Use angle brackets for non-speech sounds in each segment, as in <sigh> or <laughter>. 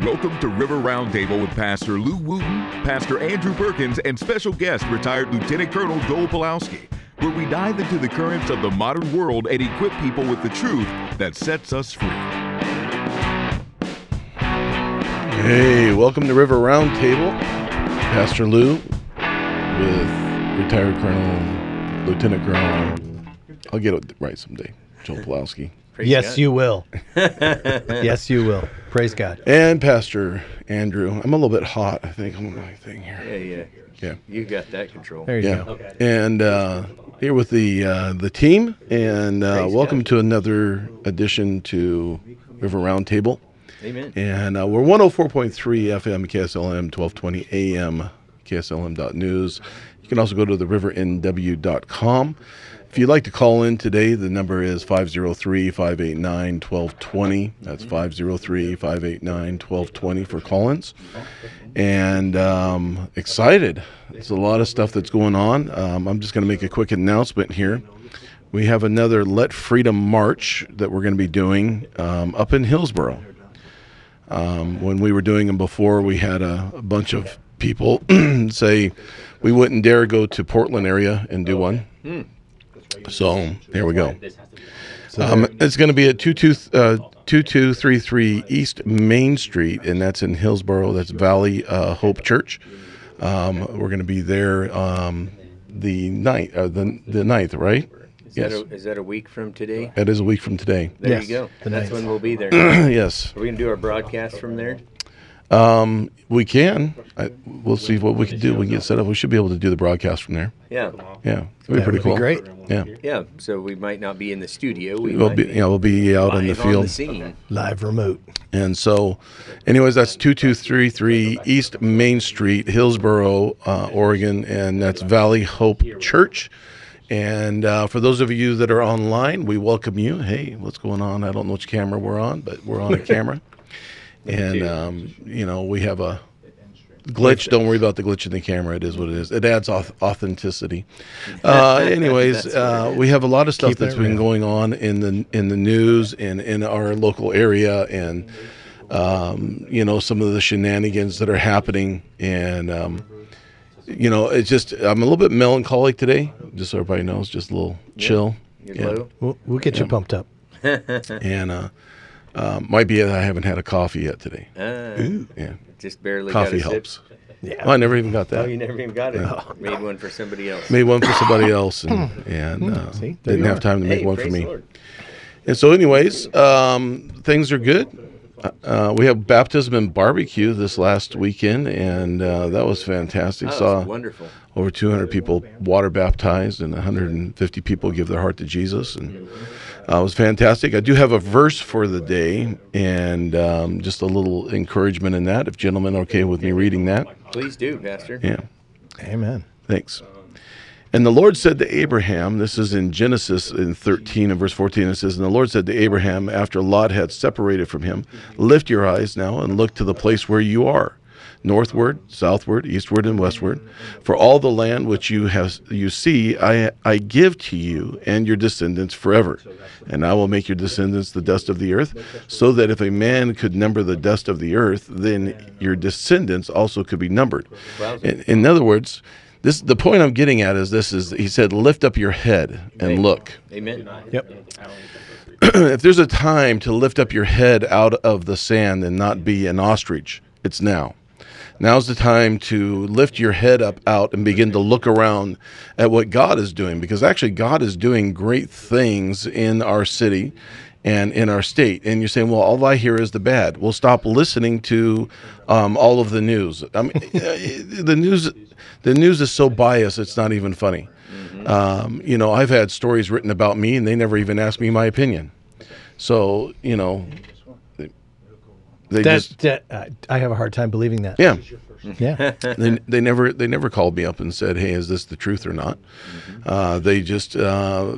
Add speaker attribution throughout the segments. Speaker 1: Welcome to River Roundtable with Pastor Lou Wooten, Pastor Andrew Perkins, and special guest, retired Lieutenant Colonel Joel Pulowski, where we dive into the currents of the modern world and equip people with the truth that sets us free.
Speaker 2: Hey, welcome to River Roundtable. Pastor Lou with retired Colonel, Lieutenant Colonel. I'll get it right someday. Joel Pulowski.
Speaker 3: yes, you
Speaker 4: <laughs>
Speaker 3: will. yes, you will. Praise God.
Speaker 2: And Pastor Andrew. I'm a little bit hot, I think. I'm on my thing here.
Speaker 4: Yeah, yeah.
Speaker 2: Yeah.
Speaker 4: You got that control.
Speaker 3: There you
Speaker 2: Yeah.
Speaker 3: go.
Speaker 2: And uh, here with the uh, the team, and uh,
Speaker 4: Praise
Speaker 2: welcome
Speaker 4: God.
Speaker 2: to another edition to River Roundtable.
Speaker 4: Amen.
Speaker 2: And uh, we're 104.3 FM, KSLM, 1220 AM, KSLM.news. You can also go to therivernw.com. If you'd like to call in today, the number is 503 589 1220. That's 503 589 1220 for call ins. And um, excited. It's a lot of stuff that's going on. Um, I'm just going to make a quick announcement here. We have another Let Freedom March that we're going to be doing um, up in Hillsboro when we were doing them before, we had a, a bunch of people <clears throat> say we wouldn't dare go to Portland area and do one. So there we go. Um, it's going to be at 22, uh, 2233 East Main Street, and that's in Hillsboro. That's Valley uh, Hope Church. Um, we're going to be there um, the ninth, uh, the, the ninth, right?
Speaker 4: Is,
Speaker 2: Yes.
Speaker 4: that a, is that a week from today?
Speaker 2: That is a week from today. <clears throat>
Speaker 4: There
Speaker 3: Yes,
Speaker 4: you go.
Speaker 3: the
Speaker 4: That's
Speaker 3: ninth.
Speaker 4: when we'll be there. Are
Speaker 2: yes.
Speaker 4: we going to do our broadcast from there?
Speaker 2: We can. I, we'll see what we can do. We can get set up. We should be able to do the broadcast from there.
Speaker 4: Yeah.
Speaker 2: Yeah, it'll be pretty
Speaker 3: That would be
Speaker 2: cool.
Speaker 3: great.
Speaker 2: Yeah,
Speaker 4: Yeah. So we might not be in the studio. We
Speaker 2: we'll
Speaker 4: might
Speaker 2: be yeah we'll be out on the
Speaker 4: live on
Speaker 2: field.
Speaker 4: scene.
Speaker 3: Live remote.
Speaker 2: and so, anyways, that's two two three three East Main Street, Hillsboro, uh, Oregon, and that's Valley Hope Church. And uh, for those of you that are online, we welcome you. Hey, what's going on? I don't know which camera we're on, but we're
Speaker 3: <laughs>
Speaker 2: on a camera. And um, you know we have a glitch. Don't worry about the glitch in the camera. It is what it is. It adds auth-
Speaker 3: <laughs>
Speaker 2: authenticity. Uh, anyways, uh, we have a lot of stuff
Speaker 3: Keep it
Speaker 2: that's been
Speaker 3: real.
Speaker 2: going on in the in the news and in our local area, and um, you know some of the shenanigans that are happening. And um, you know, it's just I'm a little bit melancholic today. Just so everybody knows, just a little chill.
Speaker 4: You're
Speaker 2: Yeah.
Speaker 4: low.
Speaker 3: We'll, we'll get you pumped up.
Speaker 2: And uh, uh, might be that I haven't had a coffee yet today.
Speaker 4: Ah,
Speaker 2: Yeah,
Speaker 4: just barely
Speaker 2: coffee
Speaker 4: got a
Speaker 2: helps.
Speaker 4: sip.
Speaker 3: Yeah. Oh,
Speaker 2: Oh, I never even got that.
Speaker 4: Oh, you never even got it. Made one for somebody else.
Speaker 2: made one for
Speaker 4: <coughs>
Speaker 2: somebody else and, and
Speaker 4: Hmm.
Speaker 2: uh,
Speaker 3: see? There
Speaker 2: didn't
Speaker 3: you
Speaker 2: have
Speaker 3: are.
Speaker 2: time to make
Speaker 4: Hey,
Speaker 2: one for
Speaker 4: praise
Speaker 2: me.
Speaker 4: the Lord.
Speaker 2: And so, anyways, um, things are good. Uh, Uh, we have baptism and barbecue this last weekend, and uh, that was fantastic.
Speaker 4: Oh,
Speaker 2: Saw
Speaker 4: it's wonderful.
Speaker 2: over 200 people water baptized, and 150 people give their heart to Jesus, and uh, it was fantastic. I do have a verse for the day, and um, just a little encouragement in that. If gentlemen, are okay with me reading that?
Speaker 4: Please do, Pastor.
Speaker 2: Yeah.
Speaker 3: Amen.
Speaker 2: Thanks. And the Lord said to Abraham, this is in Genesis in 13 and verse 14, it says, And the Lord said to Abraham, after Lot had separated from him, Lift your eyes now and look to the place where you are, northward, southward, eastward, and westward. For all the land which you have you see, I I give to you and your descendants forever. And I will make your descendants the dust of the earth, so that if a man could number the dust of the earth, then your descendants also could be numbered. In, in other words, this the point I'm getting at is this is he said lift up your head and look.
Speaker 4: Amen.
Speaker 3: Yep.
Speaker 2: <clears throat> if there's a time to lift up your head out of the sand and not be an ostrich, it's now. Now's the time to lift your head up out and begin to look around at what God is doing because actually God is doing great things in our city and in our state. And you're saying, well, all I hear is the bad. Well, stop listening to um, all of the news. I mean, <laughs> the news, the news is so biased, it's not even funny. Um, you know, I've had stories written about me and they never even asked me my opinion. So, you know, they, they
Speaker 3: That,
Speaker 2: just,
Speaker 3: that- I- I have a hard time believing that.
Speaker 2: yeah.
Speaker 3: Yeah.
Speaker 2: they, they never they never called me up and said, "Hey, is this the truth or not?" Uh, they just uh,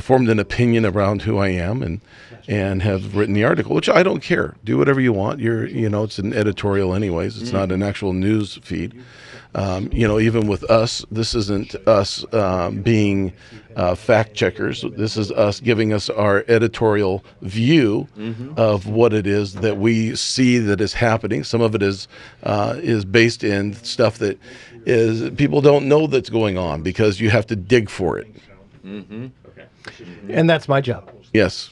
Speaker 2: formed an opinion around who I am and and have written the article, which I don't care. Do whatever you want. You're you know it's an editorial anyways. It's not an actual news feed. Um, you know, even with us, this isn't us um, being uh, fact checkers. This is us giving us our editorial view of what it is that we see that is happening. Some of it is uh, is based in stuff that is people don't know that's going on because you have to dig for it.
Speaker 3: And that's my job.
Speaker 2: Yes.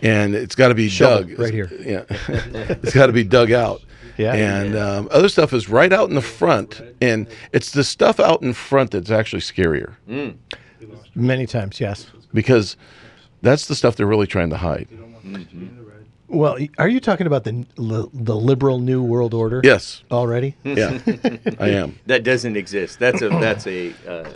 Speaker 2: and it's got to be
Speaker 3: Shovel,
Speaker 2: dug
Speaker 3: right here.
Speaker 2: Yeah, <laughs> it's got to be dug out.
Speaker 3: Yeah.
Speaker 2: And um, other stuff is right out in the front, and it's the stuff out in front that's actually scarier
Speaker 3: Many times, yes.
Speaker 2: because that's the stuff they're really trying to hide.
Speaker 3: Well, y- are you talking about the l- the liberal new world order? <laughs>
Speaker 2: Yes.
Speaker 4: <laughs>
Speaker 3: Already?
Speaker 2: Yeah. I am.
Speaker 4: That doesn't exist. That's a that's a. Uh,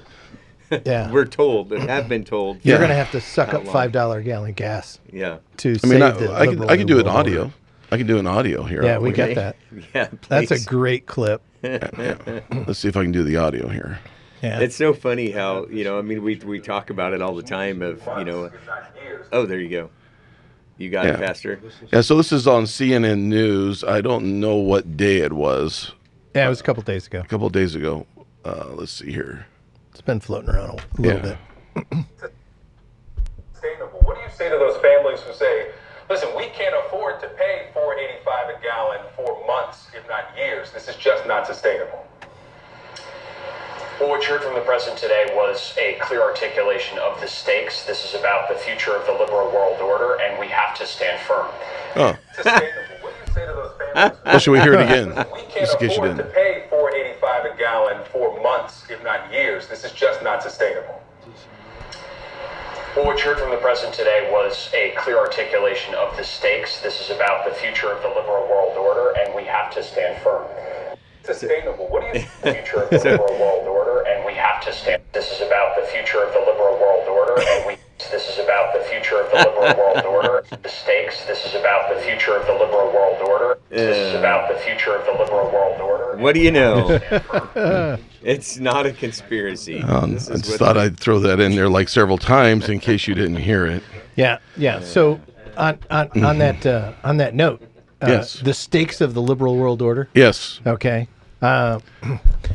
Speaker 3: Yeah.
Speaker 4: we're told and have been told.
Speaker 3: You're
Speaker 2: Yeah.
Speaker 3: going to have to suck up
Speaker 4: long?
Speaker 3: five dollar gallon gas
Speaker 4: Yeah. <laughs>
Speaker 3: to
Speaker 2: I mean,
Speaker 3: save
Speaker 2: I,
Speaker 3: the
Speaker 2: I could
Speaker 3: liberal
Speaker 2: I could
Speaker 3: new
Speaker 2: do an
Speaker 3: world order.
Speaker 2: audio. I could do an audio here.
Speaker 3: Yeah, we
Speaker 2: Wait,
Speaker 3: got that.
Speaker 4: Yeah.
Speaker 3: That's a
Speaker 4: please.
Speaker 3: great clip.
Speaker 2: Let's see if I can do the audio here.
Speaker 3: Yeah.
Speaker 4: <laughs> It's so funny how you know. I mean, we we talk about it all the time. Of you know, oh, there you go. You got it,
Speaker 2: Yeah.
Speaker 4: Pastor.
Speaker 2: Yeah. So this is on CNN News. I don't know what day it was.
Speaker 3: yeah, it was a couple days ago.
Speaker 2: A couple of days ago. Uh, let's see here.
Speaker 3: It's been floating around a little
Speaker 2: Yeah.
Speaker 3: bit.
Speaker 5: sustainable. What do you say to those families who say, listen, we can't afford to pay 485 a gallon for months, if not years. This is just
Speaker 2: <laughs>
Speaker 5: not sustainable.
Speaker 6: Well, what you heard from the president today was a clear articulation of the stakes. This is about the future of the liberal world order, and we have to stand firm.
Speaker 2: Oh.
Speaker 5: Sustainable. what do you say to those families who
Speaker 2: Well, <laughs> should we hear it again?
Speaker 5: say, <laughs> we can't
Speaker 2: Just in case you
Speaker 5: afford to
Speaker 2: didn't.
Speaker 5: pay 485 a gallon for months, if not years. This is just not sustainable.
Speaker 6: Well, what you heard from the president today was a clear articulation of the stakes. This is about the future of the liberal world order, and we have to stand firm.
Speaker 5: Sustainable. What do you
Speaker 6: The future of the liberal world order, and we have to stand. This is about the future of the liberal world order, and we. This is about the future of the liberal world order. The stakes. This is about the future of the liberal world order. This is about the future of the liberal world order.
Speaker 4: What do
Speaker 2: <laughs>
Speaker 4: you know? it's not a conspiracy.
Speaker 2: Um, I just thought I'd throw that in there like several times in case you didn't hear it.
Speaker 3: Yeah, yeah. So on on, on that uh, on that note, uh,
Speaker 2: Mm-hmm. Yes.
Speaker 3: the stakes of the liberal world order.
Speaker 2: Yes.
Speaker 3: Okay. Uh,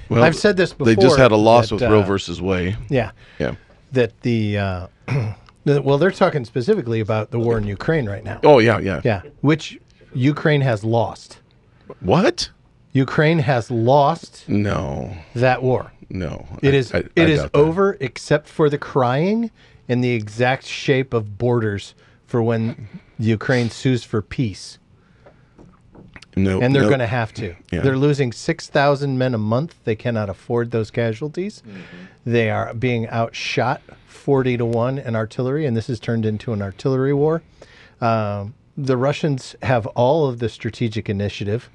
Speaker 2: Well,
Speaker 3: I've said this
Speaker 2: They just
Speaker 3: before,
Speaker 2: had a loss
Speaker 3: that,
Speaker 2: with Roe
Speaker 3: uh,
Speaker 2: versus Wade.
Speaker 3: yeah,
Speaker 2: Yeah.
Speaker 3: that the uh, <clears throat> that- well, they're talking specifically about the war in Ukraine right now.
Speaker 2: Oh yeah, yeah.
Speaker 3: Yeah, which Ukraine has lost.
Speaker 2: What?
Speaker 3: Ukraine has lost
Speaker 2: No,
Speaker 3: that war.
Speaker 2: no.
Speaker 3: It is
Speaker 2: I- I- I
Speaker 3: it is
Speaker 2: doubt that.
Speaker 3: over except for the crying and the exact shape of borders for when Ukraine sues for peace.
Speaker 2: No,
Speaker 3: and they're
Speaker 2: no.
Speaker 3: going to have to.
Speaker 2: Yeah.
Speaker 3: They're losing 6,000 men a month. They cannot afford those casualties. They are being outshot 40 to 1 in artillery, and this has turned into an artillery war. Um, the Russians have all of the strategic initiative.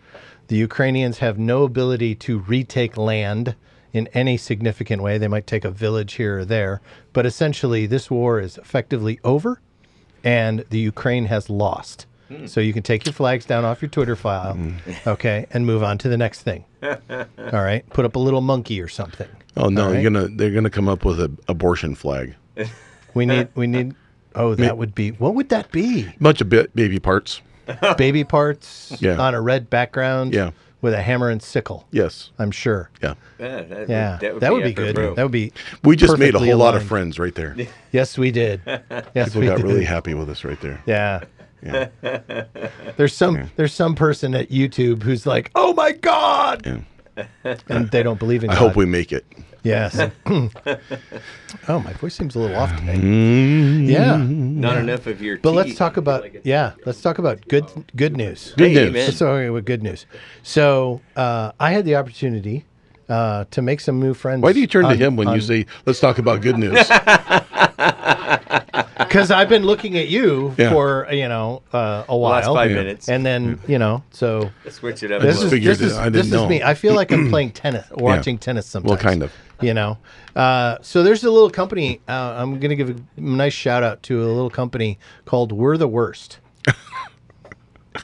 Speaker 3: The Ukrainians have no ability to retake land in any significant way. They might take a village here or there, but essentially, this war is effectively over and the Ukraine has lost.
Speaker 4: Hmm.
Speaker 3: So you can take your flags down off your Twitter file, okay, and move on to the next
Speaker 4: <laughs>
Speaker 3: thing. All right, put up a little monkey or something.
Speaker 2: Oh no,
Speaker 3: All right.
Speaker 2: you're gonna. They're gonna come up with an abortion flag.
Speaker 3: We need, we need. Oh, that would be. What would that be?
Speaker 4: <laughs>
Speaker 2: Bunch of ba- baby parts.
Speaker 3: Baby parts
Speaker 2: Yeah.
Speaker 3: on a red background.
Speaker 2: Yeah.
Speaker 3: With a hammer and sickle.
Speaker 2: Yes.
Speaker 3: I'm sure.
Speaker 2: Yeah.
Speaker 4: Yeah, that,
Speaker 3: Yeah,
Speaker 4: that would,
Speaker 3: be,
Speaker 4: up for
Speaker 3: good.
Speaker 4: Roe.
Speaker 3: That would be.
Speaker 2: We just made a whole
Speaker 3: perfectly
Speaker 2: lot of
Speaker 3: aligned.
Speaker 2: friends right
Speaker 3: <laughs>
Speaker 2: there.
Speaker 3: Yes, we did.
Speaker 4: <laughs>
Speaker 3: Yes,
Speaker 2: People
Speaker 3: we
Speaker 2: got
Speaker 3: did.
Speaker 2: really happy with us right there.
Speaker 3: Yeah. There's some there's some person at YouTube who's like, "Oh my god," and they don't believe in.
Speaker 2: I
Speaker 3: God.
Speaker 2: hope we make it. <laughs>
Speaker 3: Yes. oh, my voice seems a little off today.
Speaker 2: Mm-hmm.
Speaker 3: Yeah.
Speaker 4: Not enough of your.
Speaker 3: But
Speaker 4: tea.
Speaker 3: let's talk about yeah, let's talk about good good news.
Speaker 2: Good
Speaker 4: Hey,
Speaker 2: news.
Speaker 4: man.
Speaker 3: Let's talk about good news. So uh, I had the opportunity uh, to make some new friends.
Speaker 2: Why do you turn to
Speaker 3: on-
Speaker 2: him when you
Speaker 3: on-
Speaker 2: say, "Let's talk about good
Speaker 3: <laughs>
Speaker 2: news"?
Speaker 3: Because I've been looking at you
Speaker 2: Yeah.
Speaker 3: for you know uh, a while.
Speaker 4: Last five
Speaker 2: Yeah.
Speaker 4: minutes.
Speaker 3: And then you know so.
Speaker 4: Let's switch it up.
Speaker 3: This is
Speaker 4: a little.
Speaker 2: figured
Speaker 3: this is,
Speaker 2: it- I
Speaker 3: this
Speaker 2: didn't
Speaker 3: is me.
Speaker 2: know.
Speaker 3: I feel
Speaker 2: <clears throat>
Speaker 3: like I'm playing tennis, or watching tennis sometimes.
Speaker 2: kind of.
Speaker 3: You know, uh, so there's a little company. Uh, I'm going to give a nice shout out to a little company called We're
Speaker 2: <laughs>
Speaker 3: the Worst,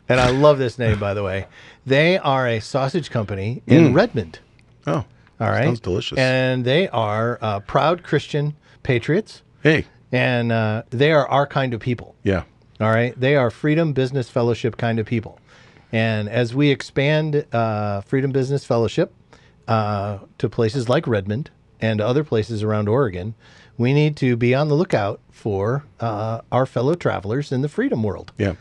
Speaker 3: and I love this name by the way. They are a sausage company in Redmond.
Speaker 2: Oh,
Speaker 3: All right,
Speaker 2: Mm. Sounds delicious.
Speaker 3: And they are uh, proud Christian patriots,
Speaker 2: hey,
Speaker 3: and uh, they are our kind of people.
Speaker 2: yeah,
Speaker 3: All right. They are Freedom Business Fellowship kind of people. And as we expand uh, Freedom Business Fellowship, uh, to places like Redmond and other places around Oregon, we need to be on the lookout for uh, our fellow travelers in the freedom world.
Speaker 2: Yeah.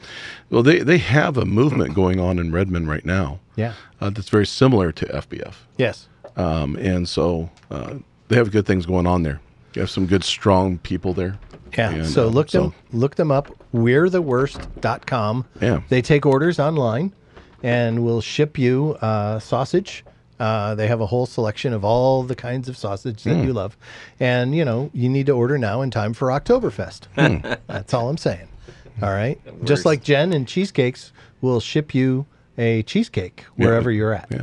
Speaker 2: Well, they, they have a movement going on in Redmond right now
Speaker 3: Yeah.
Speaker 2: uh, that's very similar to FBF.
Speaker 3: Yes.
Speaker 2: Um, and so uh, they have good things going on there. You have some good, strong people there.
Speaker 3: Yeah.
Speaker 2: And,
Speaker 3: so
Speaker 2: uh,
Speaker 3: look them look them up. We're the worst.com.
Speaker 2: Yeah.
Speaker 3: They take orders online and will ship you uh, sausage. Uh, they have a whole selection of all the kinds of sausage
Speaker 2: Hmm.
Speaker 3: that you love. And, you know, you need to order now in time for Oktoberfest.
Speaker 2: Hmm.
Speaker 3: <laughs> That's all I'm saying. All right. Just like Jen and Cheesecakes will ship you a cheesecake wherever you're at.
Speaker 2: Yeah.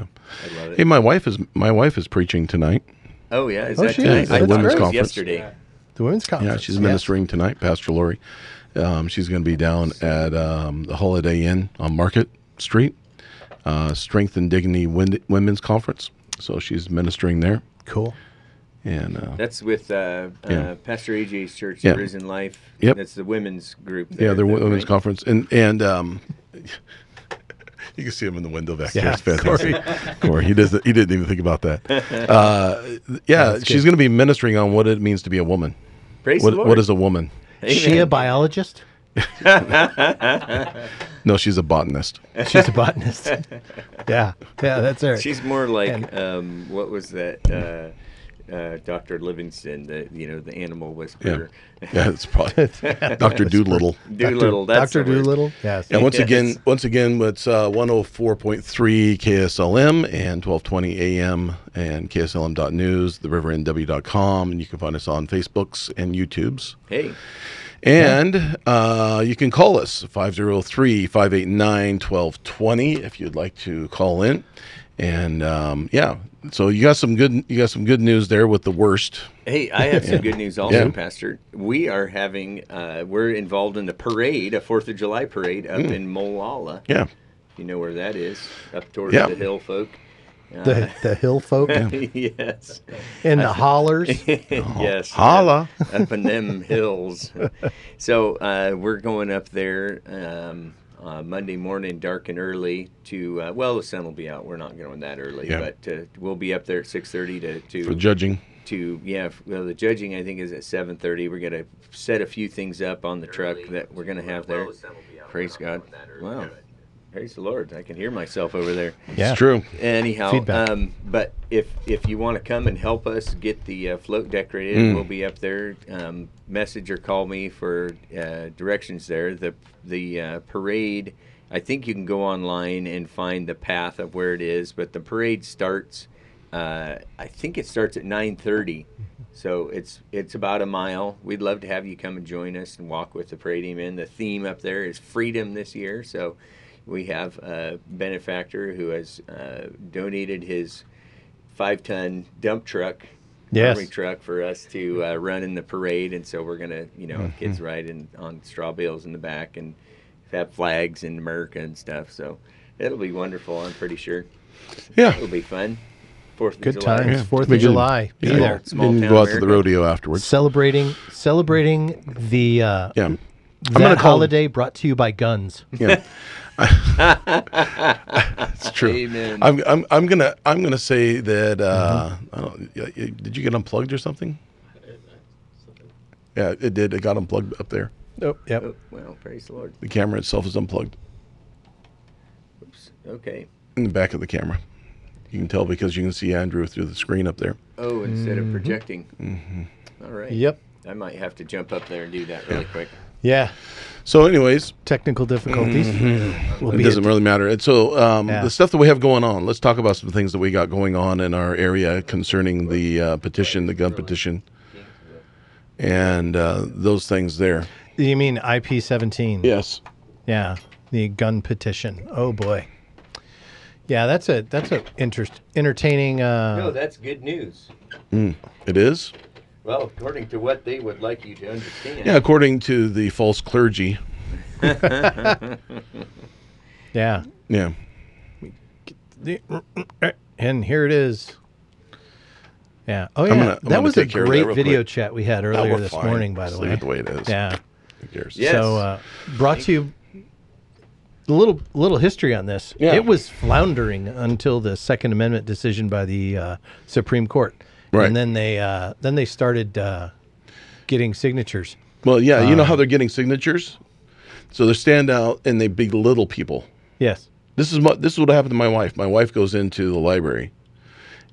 Speaker 4: I love it.
Speaker 2: Hey, my wife is my wife is preaching tonight.
Speaker 4: Oh yeah, is
Speaker 3: Oh,
Speaker 4: that
Speaker 3: she
Speaker 4: tonight?
Speaker 3: is.
Speaker 4: I
Speaker 3: That's
Speaker 4: thought it
Speaker 3: great.
Speaker 4: was
Speaker 2: Conference.
Speaker 4: yesterday.
Speaker 3: The women's
Speaker 2: Yeah,
Speaker 3: conference.
Speaker 2: she's ministering tonight, Pastor Lori. Um, she's going to be down at um, the Holiday Inn on Market Street, uh, Strength and Dignity Win- Women's Conference. So she's ministering there,
Speaker 3: Cool.
Speaker 2: and uh,
Speaker 4: That's with uh,
Speaker 2: Yeah.
Speaker 4: uh, Pastor AJ's church,
Speaker 2: Yeah.
Speaker 4: Risen Life.
Speaker 2: Yep.
Speaker 4: That's the women's group.
Speaker 2: yeah,
Speaker 4: there,
Speaker 2: their
Speaker 4: though,
Speaker 2: women's
Speaker 4: right?
Speaker 2: conference, and and um, <laughs> you can see him in the window back there.
Speaker 3: Yeah,
Speaker 2: It's fantastic. Corey. he doesn't. He didn't even think about that.
Speaker 4: <laughs>
Speaker 2: Uh, yeah, she's going to be ministering on what it means to be a woman.
Speaker 4: Praise
Speaker 2: What,
Speaker 4: the Lord.
Speaker 2: what is a woman?
Speaker 3: Is she a biologist?
Speaker 2: No, she's a botanist.
Speaker 3: She's a botanist. yeah. Yeah, that's her.
Speaker 4: She's more like
Speaker 3: And-
Speaker 4: um, what was that? Uh, uh, Dr. Livingston, the you know the animal whisperer,
Speaker 2: Yeah, it's
Speaker 4: <laughs>
Speaker 2: probably Doctor Doolittle.
Speaker 4: Doolittle. that's
Speaker 3: Dr.
Speaker 4: the word.
Speaker 3: Doolittle. Yes.
Speaker 2: And once
Speaker 4: Yes.
Speaker 2: again, once again, it's uh, 104.3 KSLM and 12:20 a.m. and KSLM.news, therivernw.com, and you can find us on Facebooks and YouTubes.
Speaker 4: Hey,
Speaker 2: And uh, you can call us 503 589 1220 if you'd like to call in. And um, yeah, so you got some good you got some good news there with the worst.
Speaker 4: hey, I have some good news also,
Speaker 2: Yeah.
Speaker 4: Pastor. We are having uh, we're involved in the parade, a Fourth of July parade up in Molalla.
Speaker 2: Hmm. Yeah,
Speaker 4: You know where that is, up towards
Speaker 2: Yeah.
Speaker 4: the hill, folk. <laughs>
Speaker 3: <laughs>
Speaker 4: Uh,
Speaker 3: the, the hill folk
Speaker 4: yes,
Speaker 3: and the hollers. <laughs>
Speaker 4: <laughs> yes.
Speaker 2: holla.
Speaker 4: up
Speaker 2: <laughs>
Speaker 4: in them hills. So uh, we're going up there um, uh, Monday morning, dark and early. To uh, well, the sun will be out. We're not going that early,
Speaker 2: Yeah.
Speaker 4: but uh, we'll be up there at six thirty to to,
Speaker 2: for judging.
Speaker 4: to yeah. f- Well, the judging I think is at seven thirty. We're gonna set a few things up on the truck that we're gonna have there. Praise God! Wow, praise the Lord! I can hear myself over there
Speaker 3: Yeah.
Speaker 2: It's true.
Speaker 4: anyhow
Speaker 3: Feedback.
Speaker 4: um but if if you want to come and help us get the uh, float decorated we'll be up there um, message or call me for uh, directions there the the uh, parade i think you can go online and find the path of where it is but the parade starts uh, i think it starts at 9:30 so it's it's about a mile we'd love to have you come and join us and walk with the parade in the theme up there is freedom this year so we have a benefactor who has uh, donated his five-ton dump truck,
Speaker 3: Yes.
Speaker 4: army truck for us to uh, run in the parade, and so we're gonna, you know, kids ride in, on straw bales in the back and have flags in America and stuff. So it'll be wonderful. I'm pretty sure
Speaker 2: Yeah.
Speaker 4: it'll be fun. Fourth of
Speaker 3: Good
Speaker 4: July.
Speaker 3: times.
Speaker 2: Yeah.
Speaker 3: Fourth
Speaker 2: We
Speaker 3: of
Speaker 2: did.
Speaker 3: July. Be
Speaker 2: Yeah.
Speaker 3: there.
Speaker 4: Small
Speaker 2: Then you
Speaker 4: town
Speaker 2: go out to the
Speaker 4: America.
Speaker 2: rodeo afterwards.
Speaker 3: Celebrating celebrating the uh
Speaker 2: Yeah.
Speaker 3: that
Speaker 2: gonna call-
Speaker 3: holiday brought to you by guns.
Speaker 2: Yeah. it's true.
Speaker 4: Amen.
Speaker 2: I'm, I'm, I'm gonna I'm gonna say that. Uh, I don't, yeah, yeah, did you get unplugged or something? Yeah, it did. It got unplugged up there.
Speaker 3: Oh, yep.
Speaker 4: Oh, well, praise the Lord.
Speaker 2: The camera itself is unplugged
Speaker 4: Oops. Okay.
Speaker 2: in the back of the camera. You can tell because you can see Andrew through the screen up there.
Speaker 4: Oh, instead of projecting.
Speaker 2: Mm-hmm.
Speaker 4: All right.
Speaker 3: Mm-hmm. Yep.
Speaker 4: I might have to jump up there and do that really quick.
Speaker 3: Yeah.
Speaker 2: So, anyways,
Speaker 3: Technical difficulties. Will
Speaker 2: it
Speaker 3: be
Speaker 2: doesn't really matter. And so, um,
Speaker 3: Yeah.
Speaker 2: the stuff that we have going on. Let's talk about some things that we got going on in our area concerning the uh, petition, the gun petition, and uh, those things there.
Speaker 3: you mean IP seventeen?
Speaker 2: Yes.
Speaker 3: Yeah, the gun petition. Oh boy. Yeah, that's a that's a interest entertaining. Uh,
Speaker 4: No, that's good news.
Speaker 2: It is?
Speaker 4: Well, according to what they would like you to understand.
Speaker 2: Yeah, according to the false clergy.
Speaker 3: yeah.
Speaker 2: Yeah.
Speaker 3: The- mm, eh, And here it is. Yeah. Oh yeah.
Speaker 2: I'm gonna- I'm
Speaker 3: that
Speaker 2: gonna
Speaker 3: was a
Speaker 2: take care of that
Speaker 3: great
Speaker 2: real
Speaker 3: video
Speaker 2: quick.
Speaker 3: chat we had
Speaker 2: No,
Speaker 3: earlier
Speaker 2: we're
Speaker 3: this
Speaker 2: fine.
Speaker 3: morning, by the
Speaker 2: Just
Speaker 3: way. uh,
Speaker 2: Leave it the way it is.
Speaker 3: Yeah.
Speaker 2: Who cares?
Speaker 4: Yes.
Speaker 3: So uh, brought to you a little little history on this.
Speaker 2: Yeah.
Speaker 3: It was floundering until the Second Amendment decision by the uh, Supreme Court,
Speaker 2: Right.
Speaker 3: and then they uh, then they started uh, getting signatures.
Speaker 2: Well, yeah, you
Speaker 3: Uh,
Speaker 2: know how they're getting signatures, so they stand out and they belittle people.
Speaker 3: Yes.
Speaker 2: This is what this is what happened to my wife. My wife goes into the library,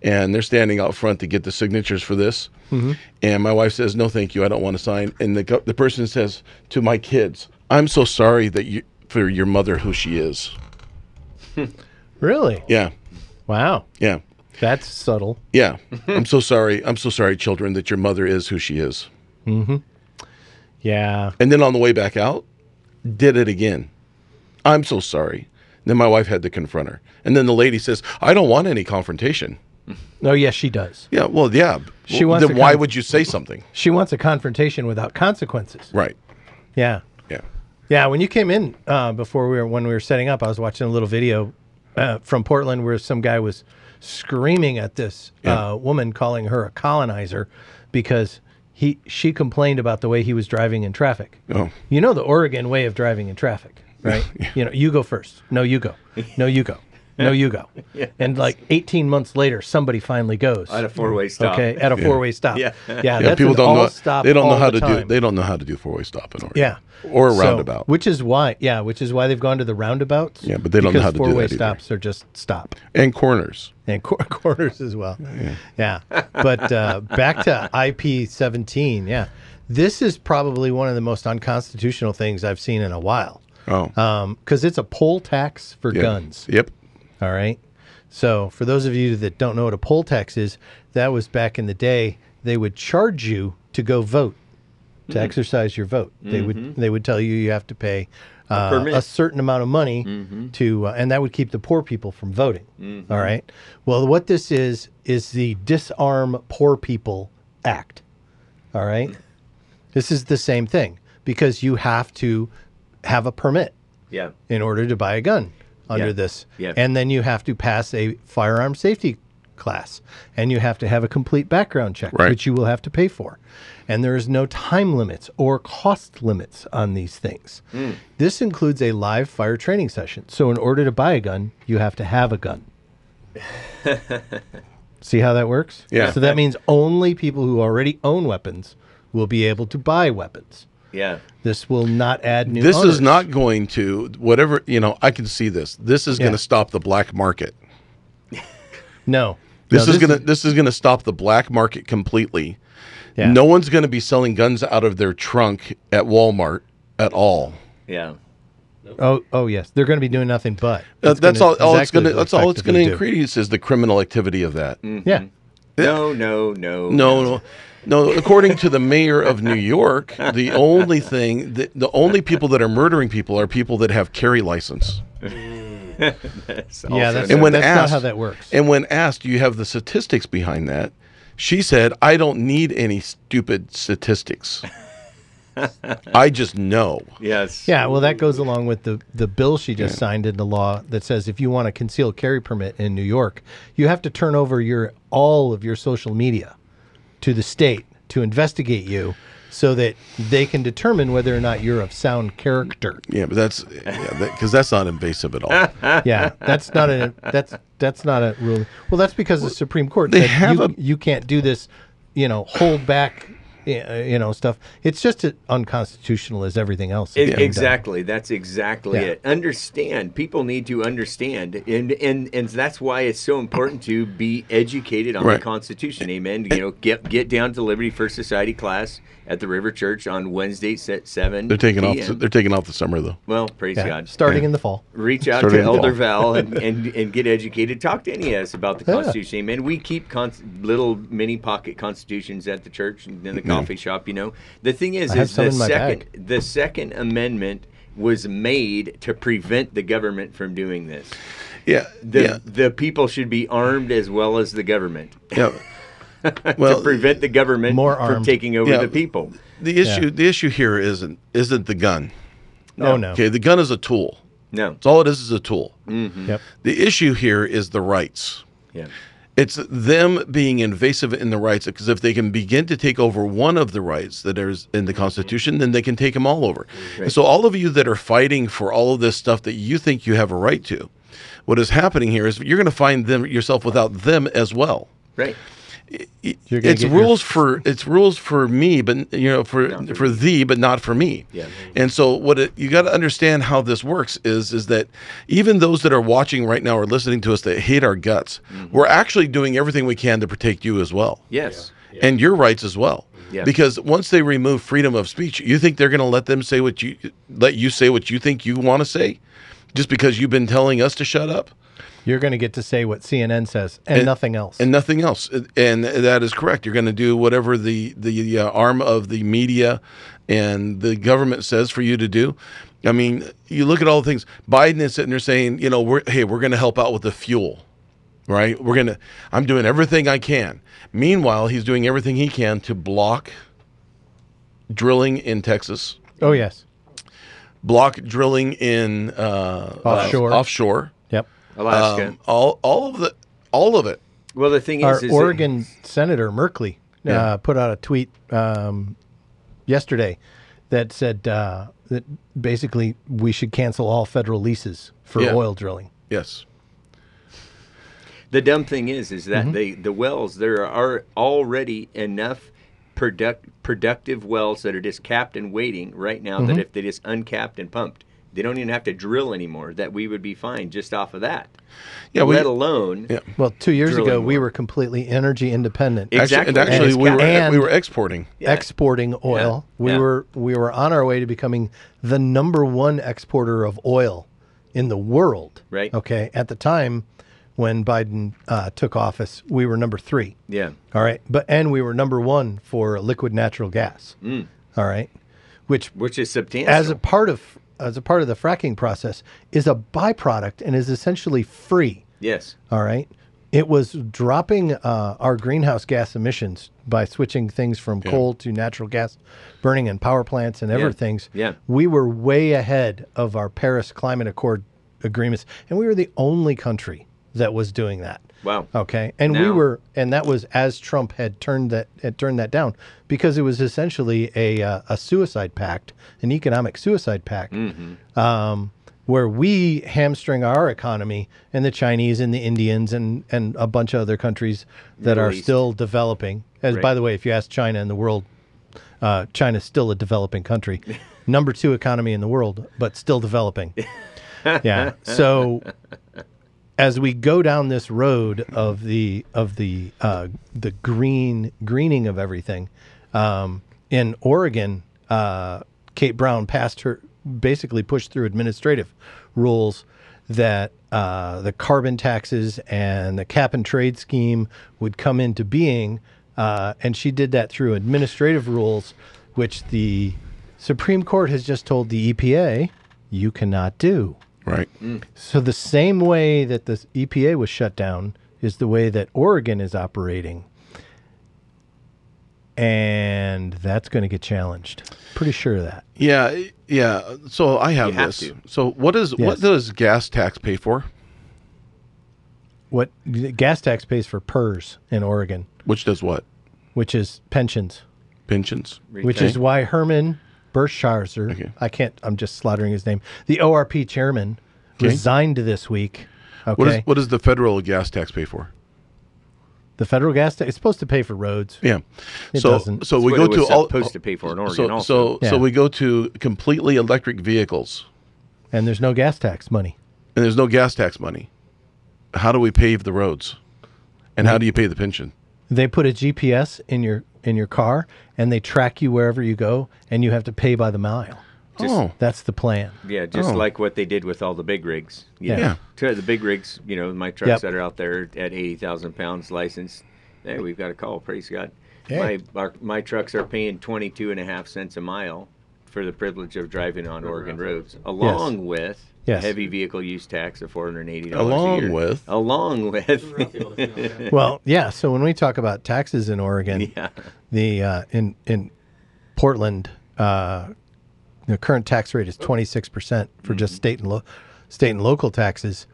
Speaker 2: and they're standing out front to get the signatures for this.
Speaker 3: Mm-hmm.
Speaker 2: And my wife says, "No, thank you. I don't want to sign." And the co- the person says to my kids, "I'm so sorry that you for your mother who she is."
Speaker 3: Really?
Speaker 2: Yeah,
Speaker 3: Wow.
Speaker 2: yeah,
Speaker 3: That's subtle.
Speaker 2: yeah.
Speaker 3: Mm-hmm.
Speaker 2: I'm so sorry. I'm so sorry, children, that your mother is who she is.
Speaker 3: Yeah.
Speaker 2: And then on the way back out, did it again. I'm so sorry. Then my wife had to confront her. And then the lady says, I don't want any confrontation.
Speaker 3: No. Yes, Oh, she does.
Speaker 2: Yeah, well, yeah.
Speaker 3: She
Speaker 2: Well,
Speaker 3: wants
Speaker 2: then
Speaker 3: to
Speaker 2: why
Speaker 3: con-
Speaker 2: would you say something?
Speaker 3: She wants a confrontation without consequences.
Speaker 2: Right.
Speaker 3: Yeah.
Speaker 2: Yeah.
Speaker 3: Yeah, when you came in uh, before we were when we were setting up, I was watching a little video uh, from Portland where some guy was screaming at this uh, woman, calling her a colonizer because he she complained about the way he was driving in traffic.
Speaker 2: Oh.
Speaker 3: You know the Oregon way of driving in traffic,
Speaker 2: <laughs>
Speaker 3: right? You know, you go first. No, you go. No, you go. No, you go. And like 18 months later, somebody finally goes.
Speaker 4: At a four-way stop.
Speaker 3: Okay, at a four-way stop.
Speaker 4: Yeah.
Speaker 3: yeah.
Speaker 2: <laughs> Yeah,
Speaker 3: that's
Speaker 2: people
Speaker 3: an
Speaker 2: don't know
Speaker 3: all-stop
Speaker 2: they don't know
Speaker 3: all
Speaker 2: how
Speaker 3: the
Speaker 2: to do
Speaker 3: time.
Speaker 2: they don't know how to do four way stop in Oregon.
Speaker 3: Yeah.
Speaker 2: Or a
Speaker 3: So,
Speaker 2: roundabout.
Speaker 3: which is why, yeah, which is why they've gone to the roundabouts.
Speaker 2: Yeah, but they don't know
Speaker 3: because
Speaker 2: how to do
Speaker 3: four-way
Speaker 2: that either.
Speaker 3: stops are just stop
Speaker 2: and corners.
Speaker 3: and cor- <laughs> corners as well. Yeah. But uh, back to IP 17. Yeah. This is probably one of the most unconstitutional things I've seen in a while.
Speaker 2: Oh.
Speaker 3: Because it's a poll tax for
Speaker 2: yeah.
Speaker 3: Uh, guns.
Speaker 2: Yep.
Speaker 3: All right. So, for those of you that don't know what a poll tax is, that was back in the day. They would charge you to go vote, to exercise your vote. They would they would tell you you have to pay uh,
Speaker 4: permit.
Speaker 3: a certain amount of money to, uh, and that would keep the poor people from voting. All right. Well, what this is is the Disarm Poor People Act. All right. this is the same thing because you have to have a permit
Speaker 4: Yeah.
Speaker 3: in order to buy a gun under
Speaker 4: Yeah.
Speaker 3: this.
Speaker 4: Yeah.
Speaker 3: And then you have to pass a firearm safety class and you have to have a complete background check,
Speaker 2: Right.
Speaker 3: which you will have to pay for. And there is no time limits or cost limits on these things.
Speaker 2: Mm.
Speaker 3: This includes a live fire training session. So, in order to buy a gun, you have to have
Speaker 2: <laughs>
Speaker 3: a gun. See how that works?
Speaker 2: Yeah.
Speaker 3: So, that means only people who already own weapons will be able to buy weapons.
Speaker 4: Yeah.
Speaker 3: This will not add new.
Speaker 2: This
Speaker 3: owners.
Speaker 2: is not going to whatever you know, I can see this. This is
Speaker 3: Yeah.
Speaker 2: gonna stop the black market.
Speaker 3: No.
Speaker 2: This,
Speaker 3: No,
Speaker 2: is gonna this is gonna stop the black market completely.
Speaker 3: Yeah.
Speaker 2: No one's gonna be selling guns out of their trunk at Walmart at all.
Speaker 4: Yeah.
Speaker 3: Oh, oh yes, they're going to be doing nothing but.
Speaker 2: Uh,
Speaker 3: It's
Speaker 2: that's
Speaker 3: gonna-
Speaker 2: all. all it's
Speaker 3: exactly
Speaker 2: gonna.
Speaker 3: what
Speaker 2: That's all it's gonna Mm-hmm.
Speaker 3: effectively do.
Speaker 2: increase is the criminal activity of that.
Speaker 3: Yeah,
Speaker 4: No, no, no.
Speaker 2: No, no, no. According to the mayor of New York, the only thing, that, the only people that are murdering people are people that have carry license.
Speaker 4: It's
Speaker 3: yeah.
Speaker 4: also
Speaker 3: That's,
Speaker 4: no.
Speaker 2: Oh, And when
Speaker 3: that's
Speaker 2: asked-
Speaker 3: not how that works.
Speaker 2: And when asked, do you have the statistics behind that? She said, I don't need any stupid
Speaker 4: <laughs>
Speaker 2: statistics. I just know.
Speaker 4: yes.
Speaker 3: yeah, well, that goes along with the the bill she just signed into law that says if you want a concealed carry permit in New York, you have to turn over your all of your social media to the state to investigate you, so that they can determine whether or not you're of sound character.
Speaker 2: Yeah, but that's because that's not invasive at all.
Speaker 3: yeah, that's not a that's that's not a rule. Well, that's because the Supreme Court
Speaker 2: they
Speaker 3: said
Speaker 2: have
Speaker 3: you,
Speaker 2: a-
Speaker 3: you can't do this, you know, hold back, y- uh, you know, stuff. It's just a, unconstitutional as everything else. that's
Speaker 4: E-
Speaker 3: being done.
Speaker 4: Exactly. That's exactly
Speaker 3: Yeah.
Speaker 4: it. Understand. People need to understand, and and and that's why it's so important to be educated on
Speaker 2: Right.
Speaker 4: the Constitution. Amen. You know, get get down to Liberty First Society class at the River Church on Wednesday at seven.
Speaker 2: They're taking off.
Speaker 4: PM.
Speaker 2: They're taking off the summer though.
Speaker 4: well, praise
Speaker 3: Yeah,
Speaker 4: God.
Speaker 3: starting in the fall.
Speaker 4: reach out
Speaker 2: Starting
Speaker 4: to
Speaker 2: in Paul.
Speaker 4: Elder
Speaker 3: <laughs>
Speaker 4: Val and, and, and get educated. Talk to any of us about the
Speaker 3: Yeah.
Speaker 4: Constitution. Amen. We keep con- little mini pocket constitutions at the church and in the coffee shop. You know, the thing is,
Speaker 3: Mm-hmm. I have
Speaker 4: is
Speaker 3: some
Speaker 4: the
Speaker 3: in my
Speaker 4: second the Second Amendment was made to prevent the government from doing this.
Speaker 2: Yeah.
Speaker 4: The
Speaker 2: yeah.
Speaker 4: the people should be armed as well as the government
Speaker 2: Yeah.
Speaker 4: <laughs> to prevent the government
Speaker 3: More
Speaker 4: from
Speaker 3: armed.
Speaker 4: taking over
Speaker 2: Yeah.
Speaker 4: the people.
Speaker 2: The issue the issue here isn't isn't the gun.
Speaker 3: Oh no.
Speaker 2: Okay, the gun is a tool.
Speaker 4: No. Mm.
Speaker 2: It's all it is is a tool.
Speaker 3: Yep.
Speaker 2: The issue here is the rights.
Speaker 4: Yeah.
Speaker 2: It's them being invasive in the rights because if they can begin to take over one of the rights that is in the Constitution, then they can take them all over. And so, all of you that are fighting for all of this stuff that you think you have a right to, what is happening here is you're going to find them yourself without them as well.
Speaker 4: Right.
Speaker 3: You're gonna
Speaker 2: it's
Speaker 3: get your-
Speaker 2: rules for it's rules for me, but you know for for, thee, but not for me.
Speaker 4: Yeah.
Speaker 2: And so what it, you got to understand how this works is is that even those that are watching right now or listening to us that hate our guts,
Speaker 3: Mm-hmm.
Speaker 2: we're actually doing everything we can to protect you as well.
Speaker 4: Yes.
Speaker 2: And your rights as well.
Speaker 4: Yeah.
Speaker 2: Because once they remove freedom of speech, you think they're going to let them say what you let you say what you think you want to say, just because you've been telling us to shut up.
Speaker 3: You're going to get to say what CNN says and, nothing else.
Speaker 2: and nothing else. And that is correct. You're going to do whatever the the uh, arm of the media and the government says for you to do. I mean, you look at all the things Biden is sitting there saying, you know, we're hey, we're going to help out with the fuel, right? We're going to. I'm doing everything I can. Meanwhile, he's doing everything he can to block drilling in Texas,
Speaker 3: oh yes.
Speaker 2: block drilling in uh,
Speaker 3: Offshore.
Speaker 2: offshore,
Speaker 3: Yep.
Speaker 4: Alaska.
Speaker 2: Um, all all of the all of it.
Speaker 4: well, the thing
Speaker 3: Our
Speaker 4: is, is that-
Speaker 3: Oregon Senator Merkley
Speaker 2: Yeah.
Speaker 3: uh, put out a tweet um, yesterday that said uh, that basically we should cancel all federal leases for
Speaker 2: Yeah.
Speaker 3: oil drilling.
Speaker 2: Yes.
Speaker 4: The dumb thing is, is
Speaker 2: Mm-hmm.
Speaker 4: that they the wells there are already enough product productive wells that are just capped and waiting right now.
Speaker 2: Mm-hmm.
Speaker 4: That if they just uncapped and pumped, they don't even have to drill anymore. That we would be fine just off of that.
Speaker 2: Yeah.
Speaker 4: Let alone
Speaker 2: Yeah.
Speaker 3: Well, two years ago
Speaker 4: Drilling
Speaker 3: we
Speaker 4: oil.
Speaker 3: were completely energy independent.
Speaker 4: Ex-
Speaker 2: Actually, and actually,
Speaker 4: Exactly.
Speaker 3: And
Speaker 2: we
Speaker 3: it's
Speaker 2: were
Speaker 3: got-
Speaker 2: we were
Speaker 3: and-
Speaker 2: exporting.
Speaker 4: Yeah.
Speaker 3: Exporting oil, we
Speaker 4: Yeah.
Speaker 3: were we were on our way to becoming the number one exporter of oil in the world.
Speaker 4: Right.
Speaker 3: Okay. At the time when Biden uh, took office, we were number three.
Speaker 4: yeah.
Speaker 3: All right, but and we were number one for liquid natural gas.
Speaker 4: Mm.
Speaker 3: All right, which
Speaker 4: Which is substantial.
Speaker 3: as a part of as a part of the fracking process is a byproduct and is essentially free.
Speaker 4: yes,
Speaker 3: All right, it was dropping uh, our greenhouse gas emissions by switching things from coal to natural gas burning in power plants and everything.
Speaker 4: Yeah.
Speaker 3: we were way ahead of our Paris Climate Accord agreements, and we were the only country that was doing that.
Speaker 4: wow.
Speaker 2: Oh,
Speaker 3: Okay, and we
Speaker 4: Now-
Speaker 3: were, and that was as Trump had turned that had turned that down because it was essentially a uh, a suicide pact, an economic suicide pact,
Speaker 4: Mm-hmm.
Speaker 3: um, where we hamstring our economy and the Chinese and the Indians and and a bunch of other countries that
Speaker 4: Middle
Speaker 3: are
Speaker 4: East.
Speaker 3: still developing. As by
Speaker 4: Right.
Speaker 3: the way, if you ask China and the world, uh, China's still a developing
Speaker 4: <laughs>
Speaker 3: country, number two economy in the world, but still developing. yeah. So as we go down this road of the of the uh, the green greening of everything um, in Oregon, uh, Kate Brown passed her basically pushed through administrative rules that uh, the carbon taxes and the cap and trade scheme would come into being, uh, and she did that through administrative rules, which the Supreme Court has just told the EPA you cannot do.
Speaker 2: Right.
Speaker 4: Mm.
Speaker 3: So the same way that the EPA was shut down is the way that Oregon is operating. And that's going to get challenged. Pretty sure of that.
Speaker 2: Yeah. Yeah. So I have,
Speaker 4: You have
Speaker 2: this.
Speaker 4: to.
Speaker 2: So what is
Speaker 3: Yes.
Speaker 2: what does gas tax pay for?
Speaker 3: What the gas tax pays for PERS in Oregon,
Speaker 2: Which does what?
Speaker 3: which is pensions,
Speaker 2: Pensions.
Speaker 3: which is why Herman Berscharzer,
Speaker 2: Okay.
Speaker 3: I can't, I'm just slaughtering his name, the ORP chairman
Speaker 2: Okay.
Speaker 3: resigned this week. Okay.
Speaker 2: What is what does the federal gas tax pay for?
Speaker 3: the federal gas tax is supposed to pay for roads.
Speaker 2: Yeah.
Speaker 3: It
Speaker 2: so
Speaker 3: doesn't.
Speaker 2: so
Speaker 4: That's
Speaker 2: we
Speaker 4: what
Speaker 2: go
Speaker 4: it was
Speaker 2: to all
Speaker 4: supposed to pay for in Oregon.
Speaker 2: so
Speaker 4: also.
Speaker 2: so so
Speaker 3: Yeah.
Speaker 2: we go to completely electric vehicles
Speaker 3: And there's no gas tax money.
Speaker 2: and there's no gas tax money. How do we pave the roads? And how do you pay the pension?
Speaker 3: They put a GPS in your in your car and they track you wherever you go and you have to pay by the mile.
Speaker 4: Just-
Speaker 2: oh.
Speaker 3: That's the plan.
Speaker 4: Yeah, just
Speaker 2: Oh.
Speaker 4: like what they did with all the big rigs. You
Speaker 3: Yeah.
Speaker 2: Yeah.
Speaker 4: Know, To the big rigs, you know, my trucks
Speaker 3: Yep.
Speaker 4: that are out there at 80,000 pounds licensed. Hey, we've got a call. Praise God.
Speaker 3: Hey.
Speaker 4: My, our, my trucks are paying 22 and a half cents a mile for the privilege of driving on Oregon roads, along with
Speaker 3: Yes.
Speaker 4: heavy vehicle use tax of $480.
Speaker 2: Along
Speaker 4: a year.
Speaker 2: with-
Speaker 4: Along with.
Speaker 3: Well, yeah, so when we talk about taxes in Oregon,
Speaker 4: <laughs> yeah.
Speaker 3: the uh, in in Portland, uh, the current tax rate is 26% for just state and lo- state and local taxes.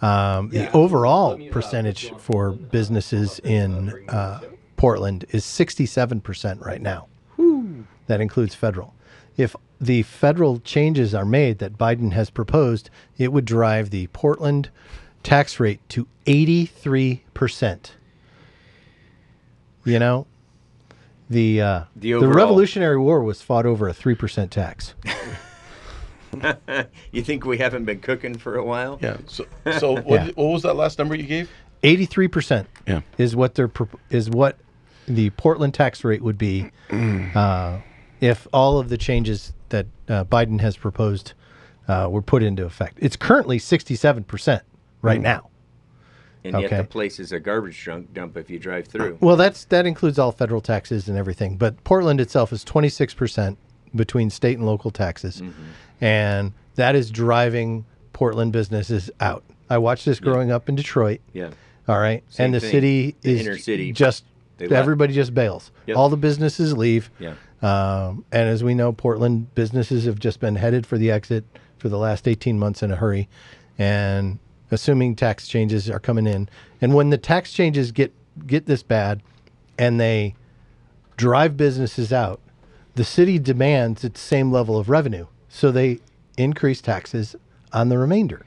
Speaker 3: Um, the overall percentage for businesses in uh, Portland is 67% right now. That includes federal. If the federal changes are made that Biden has proposed, it would drive the Portland tax rate to 83%. You know, the uh,
Speaker 4: The
Speaker 3: the
Speaker 4: overall-
Speaker 3: Revolutionary War was fought over a 3% tax.
Speaker 4: You think we haven't been cooking for a while?
Speaker 2: Yeah. So, so
Speaker 3: <laughs>
Speaker 2: what,
Speaker 3: Yeah.
Speaker 2: what was that last number you gave?
Speaker 3: 83%
Speaker 2: Yeah.
Speaker 3: is what their prop- is what the Portland tax rate would be uh, if all of the changes that uh, Biden has proposed uh, were put into effect. It's currently 67% right now.
Speaker 4: And yet the
Speaker 3: Okay.
Speaker 4: place is a garbage dump dump if you drive through.
Speaker 3: Well, that's that includes all federal taxes and everything, but Portland itself is 26% between state and local taxes. And that is driving Portland businesses out. I watched this growing up in Detroit.
Speaker 4: Yeah.
Speaker 3: All right.
Speaker 4: Same
Speaker 3: and the
Speaker 4: thing.
Speaker 3: city
Speaker 4: The
Speaker 3: is
Speaker 4: inner city,
Speaker 3: just
Speaker 4: they left.
Speaker 3: everybody just bails.
Speaker 4: Yep.
Speaker 3: All the businesses leave.
Speaker 4: Yeah.
Speaker 3: Um, and as we know, Portland businesses have just been headed for the exit for the last 18 months in a hurry. And assuming tax changes are coming in, and when the tax changes get get this bad, and they drive businesses out, the city demands its same level of revenue, so they increase taxes on the remainder.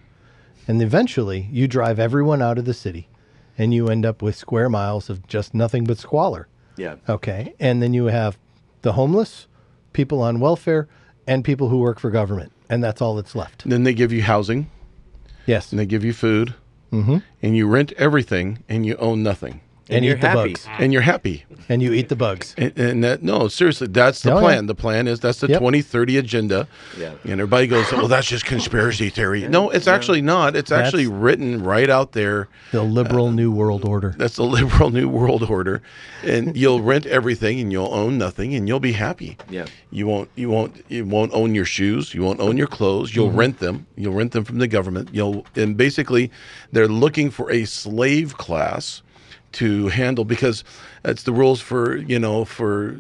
Speaker 3: And eventually, you drive everyone out of the city and you end up with square miles of just nothing but squalor.
Speaker 4: Yeah.
Speaker 2: uh,
Speaker 3: Okay. And then you have the homeless, people on welfare, and people who work for government. And that's all that's left.
Speaker 2: Then they give you housing,
Speaker 3: Yes.
Speaker 2: and they give you food, mm-hmm. and you rent everything, and you own nothing,
Speaker 3: And
Speaker 4: you're
Speaker 3: eat the
Speaker 4: happy.
Speaker 3: bugs.
Speaker 2: and you're happy.
Speaker 3: And you eat the bugs.
Speaker 2: And, and that, no, seriously, that's the
Speaker 3: Oh, yeah.
Speaker 2: plan. The plan is that's the
Speaker 3: Yep.
Speaker 2: 2030 agenda.
Speaker 4: Yeah.
Speaker 2: And everybody goes, well, that's just conspiracy theory. No, it's actually not. It's actually written right out there.
Speaker 3: The liberal
Speaker 2: Uh,
Speaker 3: New World Order.
Speaker 2: That's the <laughs> liberal new world order,
Speaker 4: <laughs>
Speaker 2: and you'll rent everything and you'll own nothing and you'll be happy.
Speaker 4: Yeah.
Speaker 2: You won't. You won't. You won't own your shoes. You won't own your clothes.
Speaker 4: Mm-hmm.
Speaker 2: You'll rent them. You'll rent them from the government. You'll and basically, they're looking for a slave class to handle because that's the rules for you know for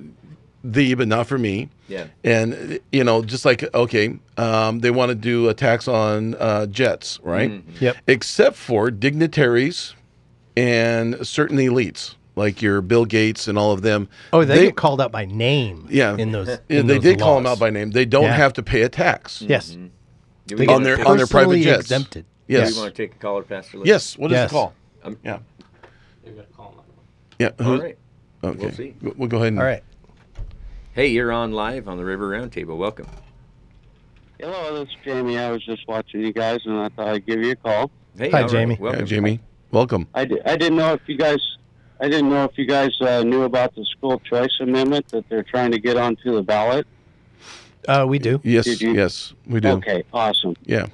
Speaker 2: thee but not for me.
Speaker 4: Yeah.
Speaker 2: And you know, just like okay, um, they want to do a tax on uh, jets, right?
Speaker 4: Mm-hmm.
Speaker 3: Yep.
Speaker 2: Except for dignitaries and certain elites, like your Bill Gates and all of them.
Speaker 3: Oh, they, get called out by name.
Speaker 2: Yeah.
Speaker 3: In those.
Speaker 2: Yeah,
Speaker 3: in
Speaker 2: they
Speaker 3: those
Speaker 2: did call them
Speaker 3: laws.
Speaker 2: out by Mm-hmm. name. They don't
Speaker 3: Yeah.
Speaker 2: have to pay a tax.
Speaker 3: Yes. They
Speaker 4: Do we
Speaker 2: on
Speaker 3: get
Speaker 4: wanna
Speaker 2: their-
Speaker 4: take-
Speaker 2: on their private
Speaker 3: personally
Speaker 2: jets.
Speaker 3: exempted.
Speaker 4: do
Speaker 2: Yes.
Speaker 4: we want to take a caller, Pastor Lee?
Speaker 2: Yes. What is
Speaker 3: Yes.
Speaker 2: the call?
Speaker 4: I'm,
Speaker 2: Yeah.
Speaker 7: They've got to call another one.
Speaker 2: Yeah.
Speaker 4: all
Speaker 2: who-
Speaker 4: right.
Speaker 2: Okay.
Speaker 4: We'll see.
Speaker 2: Go- We'll go ahead. And,
Speaker 3: All right.
Speaker 4: Hey, you're on live on the River Roundtable. Welcome.
Speaker 7: Hello, this is Jamie. I was just watching you guys, and I thought I'd give you a call.
Speaker 4: Hey,
Speaker 3: Hi,
Speaker 4: all right,
Speaker 3: Jamie.
Speaker 2: Yeah,
Speaker 4: Welcome.
Speaker 2: Jamie. Welcome.
Speaker 7: I, di- I didn't know if you guys, I didn't know if you guys uh, knew about the school choice amendment that they're trying to get onto the ballot.
Speaker 3: Uh, we do.
Speaker 2: Yes.
Speaker 7: Did you-
Speaker 2: Yes. We do.
Speaker 7: Okay, awesome.
Speaker 2: Yeah.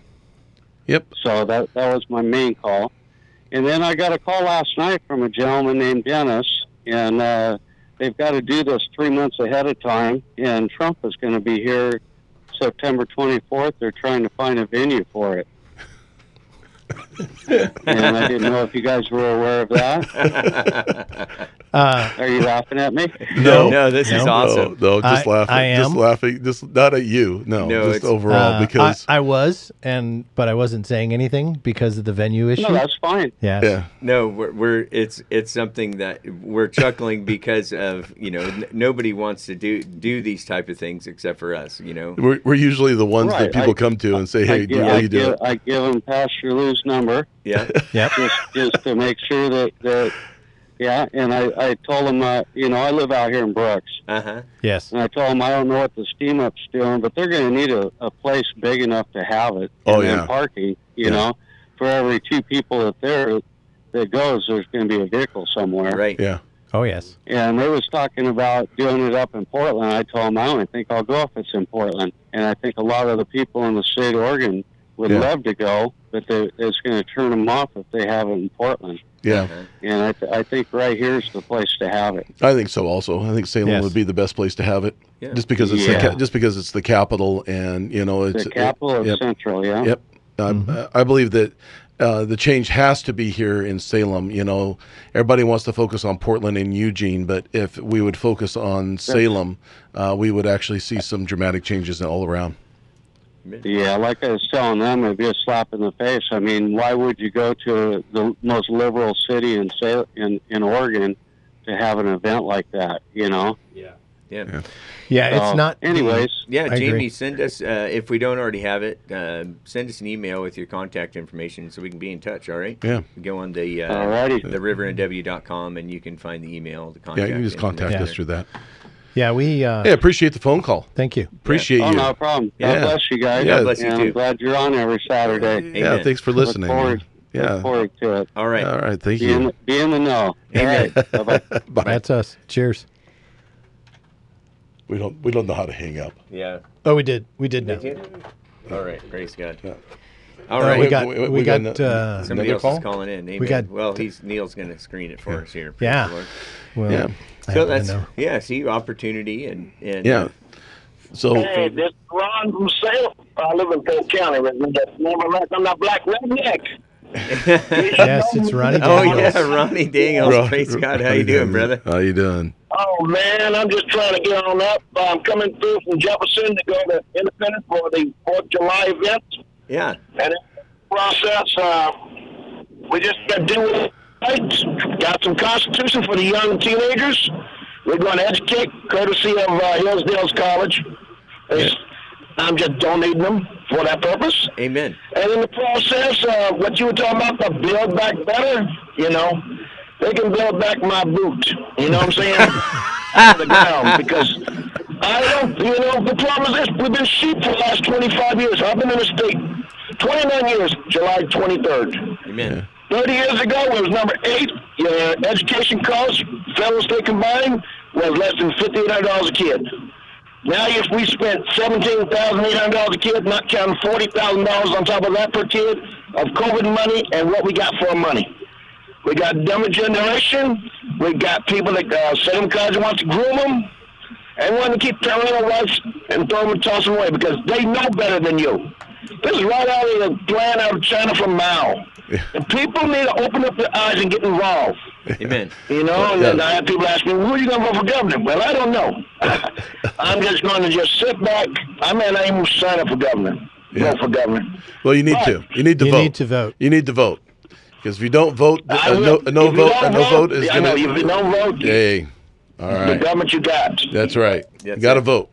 Speaker 2: Yep.
Speaker 7: So that that was my main call, and then I got a call last night from a gentleman named Dennis, and uh, they've got to do this three months ahead of time. And Trump is going to be here September 24th. They're trying to find a venue for it. and I didn't know if you guys were aware of that.
Speaker 3: Uh,
Speaker 7: Are you laughing at me?
Speaker 3: No.
Speaker 4: No, this is
Speaker 3: No.
Speaker 4: awesome.
Speaker 2: No, no just
Speaker 3: I-
Speaker 2: laughing.
Speaker 3: I
Speaker 2: Just
Speaker 3: am.
Speaker 2: laughing. Just not at you. No.
Speaker 4: No,
Speaker 2: just
Speaker 4: it's-
Speaker 2: overall
Speaker 3: uh,
Speaker 2: because
Speaker 3: I, I was, and but I wasn't saying anything because of the venue issue.
Speaker 7: No, that's fine.
Speaker 3: yeah.
Speaker 2: yeah.
Speaker 4: No, we're, we're it's it's something that we're chuckling <laughs> because of you know n- nobody wants to do do these type of things except for us. You know.
Speaker 2: We're, we're usually the ones that
Speaker 7: Right,
Speaker 2: people
Speaker 7: I-
Speaker 2: come to and say, "Hey,
Speaker 7: I, give,
Speaker 2: will
Speaker 7: I,
Speaker 2: you do
Speaker 7: give,
Speaker 2: it?"
Speaker 7: I give him Pastor Lou's number.
Speaker 2: <laughs>
Speaker 4: Yeah.
Speaker 3: Yep.
Speaker 7: just just to make sure that that yeah. And I I told him uh, you know I live out here in Brooks,
Speaker 4: Uh huh.
Speaker 3: Yes.
Speaker 7: and I told him I don't know what the steam up's doing, but they're going to need a, a place big enough to have it.
Speaker 2: Oh,
Speaker 7: and then
Speaker 2: yeah.
Speaker 7: parking. You
Speaker 2: Yeah.
Speaker 7: know, for every two people that there that goes, there's going to be a vehicle somewhere.
Speaker 4: Right.
Speaker 2: Yeah.
Speaker 3: Oh yes.
Speaker 7: And they was talking about doing it up in Portland. I told them I only think I'll go if it's in Portland. And I think a lot of the people in the state of Oregon would
Speaker 2: Yeah.
Speaker 7: love to go, but they, it's going to turn them off if they have it in Portland.
Speaker 2: Yeah.
Speaker 4: Uh-huh.
Speaker 7: And I, th- I think right here's the place to have it.
Speaker 2: I think so. Also, I think Salem
Speaker 3: Yes.
Speaker 2: would be the best place to have it,
Speaker 4: Yeah.
Speaker 2: just because it's the
Speaker 7: Yeah.
Speaker 2: ca- just because it's the capital, and you know it's
Speaker 7: The capital of
Speaker 2: Yep.
Speaker 7: Central, yeah.
Speaker 2: Yep, Um, uh, I believe that uh, the change has to be here in Salem. You know, everybody wants to focus on Portland and Eugene, but if we would focus on Salem, uh, we would actually see some dramatic changes all around.
Speaker 8: Yeah, like I was telling them, it'd be a slap in the face. I mean, why would you go to the most liberal city in Sa- in in Oregon to have an event like that? You know.
Speaker 2: Mm-hmm.
Speaker 4: Yeah.
Speaker 2: Yeah.
Speaker 3: Yeah, it's
Speaker 8: So,
Speaker 3: not.
Speaker 8: Anyways,
Speaker 3: I
Speaker 4: Yeah,
Speaker 3: agree.
Speaker 4: Jamie, send us uh, if we don't already have it. Uh, send us an email with your contact information so we can be in touch. All right.
Speaker 2: Yeah.
Speaker 4: Go on the uh,
Speaker 8: Alrighty.
Speaker 4: the riverandw.com and you can find the email. The
Speaker 2: Oh, Yeah,
Speaker 4: contact.
Speaker 2: you can just contact
Speaker 4: information
Speaker 2: us through that.
Speaker 3: Yeah, we. Uh,
Speaker 2: Hey, appreciate the phone call.
Speaker 3: Thank you.
Speaker 2: Appreciate
Speaker 8: oh
Speaker 2: you.
Speaker 8: no problem. God
Speaker 2: Yeah.
Speaker 8: bless you guys.
Speaker 2: Yeah. God
Speaker 4: bless you
Speaker 8: and I'm
Speaker 4: too.
Speaker 8: glad you're on every Saturday.
Speaker 2: Yeah,
Speaker 4: Amen.
Speaker 2: thanks for
Speaker 8: Look
Speaker 2: listening.
Speaker 8: forward-
Speaker 2: man.
Speaker 8: Look
Speaker 2: yeah.
Speaker 8: forward to it.
Speaker 4: All right.
Speaker 2: All right. Thank
Speaker 8: Be in,
Speaker 2: <laughs> you.
Speaker 8: be in the know.
Speaker 4: Amen.
Speaker 8: All
Speaker 2: <laughs>
Speaker 8: right. Bye bye.
Speaker 3: That's us. Cheers.
Speaker 2: We don't we don't know how to hang up.
Speaker 4: Yeah.
Speaker 3: Oh, we did. We did now.
Speaker 4: All right. Praise God.
Speaker 2: Yeah.
Speaker 4: All
Speaker 3: Uh,
Speaker 4: right.
Speaker 3: we got. we, got.
Speaker 2: ano-
Speaker 3: uh,
Speaker 4: Somebody
Speaker 2: another
Speaker 4: else
Speaker 2: call?
Speaker 4: is calling in. Amen.
Speaker 3: got-
Speaker 4: well, he's Neil's going to screen it for us here. Praise
Speaker 3: Yeah.
Speaker 4: the Lord.
Speaker 3: well,
Speaker 2: Yeah.
Speaker 3: I
Speaker 4: So
Speaker 3: don't
Speaker 4: that's
Speaker 3: know.
Speaker 4: yeah. See opportunity and and
Speaker 2: Yeah. So
Speaker 7: Hey, this is Ron from Salem. I live in Polk County, but remember last I'm not black redneck.
Speaker 3: Yes, it's Ronnie.
Speaker 4: uh, <laughs> Oh
Speaker 3: Daniels.
Speaker 2: <laughs>
Speaker 4: yeah, Ronnie Daniels.
Speaker 2: Ro-
Speaker 4: Praise
Speaker 2: Ro-
Speaker 4: God. How you doing, brother?
Speaker 2: How you doing?
Speaker 7: Oh man, I'm just trying to get on up. I'm coming through from Jefferson to go to Independence for the Fourth of July event,
Speaker 4: Yeah.
Speaker 7: and in the process, uh, we just got to deal with rights. Got some Constitution for the young teenagers. We're going to educate, courtesy of uh, Hillsdale's College. It's- I'm just donating them for that purpose.
Speaker 4: Amen.
Speaker 7: And in the process, uh, what you were talking about, the build back better, you know, they can build back my boot. You know what I'm saying? Out of the ground because I don't, you know, the problem is this: we've been sheep for the last 25 years. I've been in the state 29 years, July 23rd.
Speaker 4: Amen.
Speaker 7: 30 years ago, it was number eight. Your education costs, federal state combined, was less than $1,500 a kid. Now, if we spent $17,800 a kid, not counting $40,000 on top of that per kid of COVID money and what we got for our money. We got dumber generation. We got people that uh, Salem College wants to groom them and want to keep telling their wives and throw them and toss them away because they know better than you. This is right out of the plan out of China from Mao. The people need to open up their eyes and get involved.
Speaker 4: Amen.
Speaker 7: You know, and then I have people ask me, who are you going to vote for governor? Well, I don't know. <laughs> I'm just going to just sit back. I may not even sign up for governor.
Speaker 2: Yeah.
Speaker 7: Vote for governor.
Speaker 2: Well, you need to. You need to
Speaker 3: You
Speaker 2: vote.
Speaker 3: need to vote.
Speaker 2: You need to vote. Because if you don't vote,
Speaker 7: I
Speaker 2: a
Speaker 7: will-
Speaker 2: Uh, no, a no
Speaker 7: if you
Speaker 2: vote, a
Speaker 7: don't
Speaker 2: no vote is
Speaker 7: yeah, I know,
Speaker 2: going
Speaker 7: if you don't vote,
Speaker 2: Hey, all
Speaker 7: the
Speaker 2: right.
Speaker 7: government you got.
Speaker 2: That's right. You
Speaker 4: That's
Speaker 2: got to
Speaker 4: it.
Speaker 2: vote.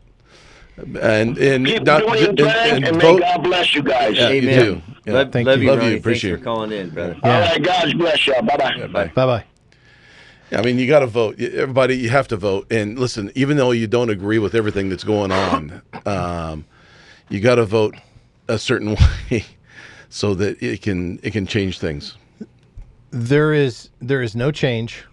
Speaker 2: And and
Speaker 7: Keep
Speaker 2: not-
Speaker 7: doing your
Speaker 2: and-
Speaker 7: thing, and,
Speaker 2: and
Speaker 7: may
Speaker 2: vote.
Speaker 7: God bless you guys.
Speaker 2: Yeah, <laughs> you
Speaker 4: Amen.
Speaker 2: do. Yeah.
Speaker 4: Love,
Speaker 3: Thank
Speaker 4: love
Speaker 3: you.
Speaker 4: you.
Speaker 2: Love you.
Speaker 4: Ronnie. Thanks
Speaker 2: Appreciate
Speaker 4: for
Speaker 2: it.
Speaker 4: calling in, brother.
Speaker 7: All
Speaker 3: Yeah.
Speaker 7: right, God bless y'all. Bye bye.
Speaker 2: Yeah, bye.
Speaker 3: Bye bye.
Speaker 2: I mean, you got to vote. Y- Everybody, you have to vote. And listen, even though you don't agree with everything that's going on, um, you got to vote a certain <laughs> way so that it can it can change things.
Speaker 3: There is there is no change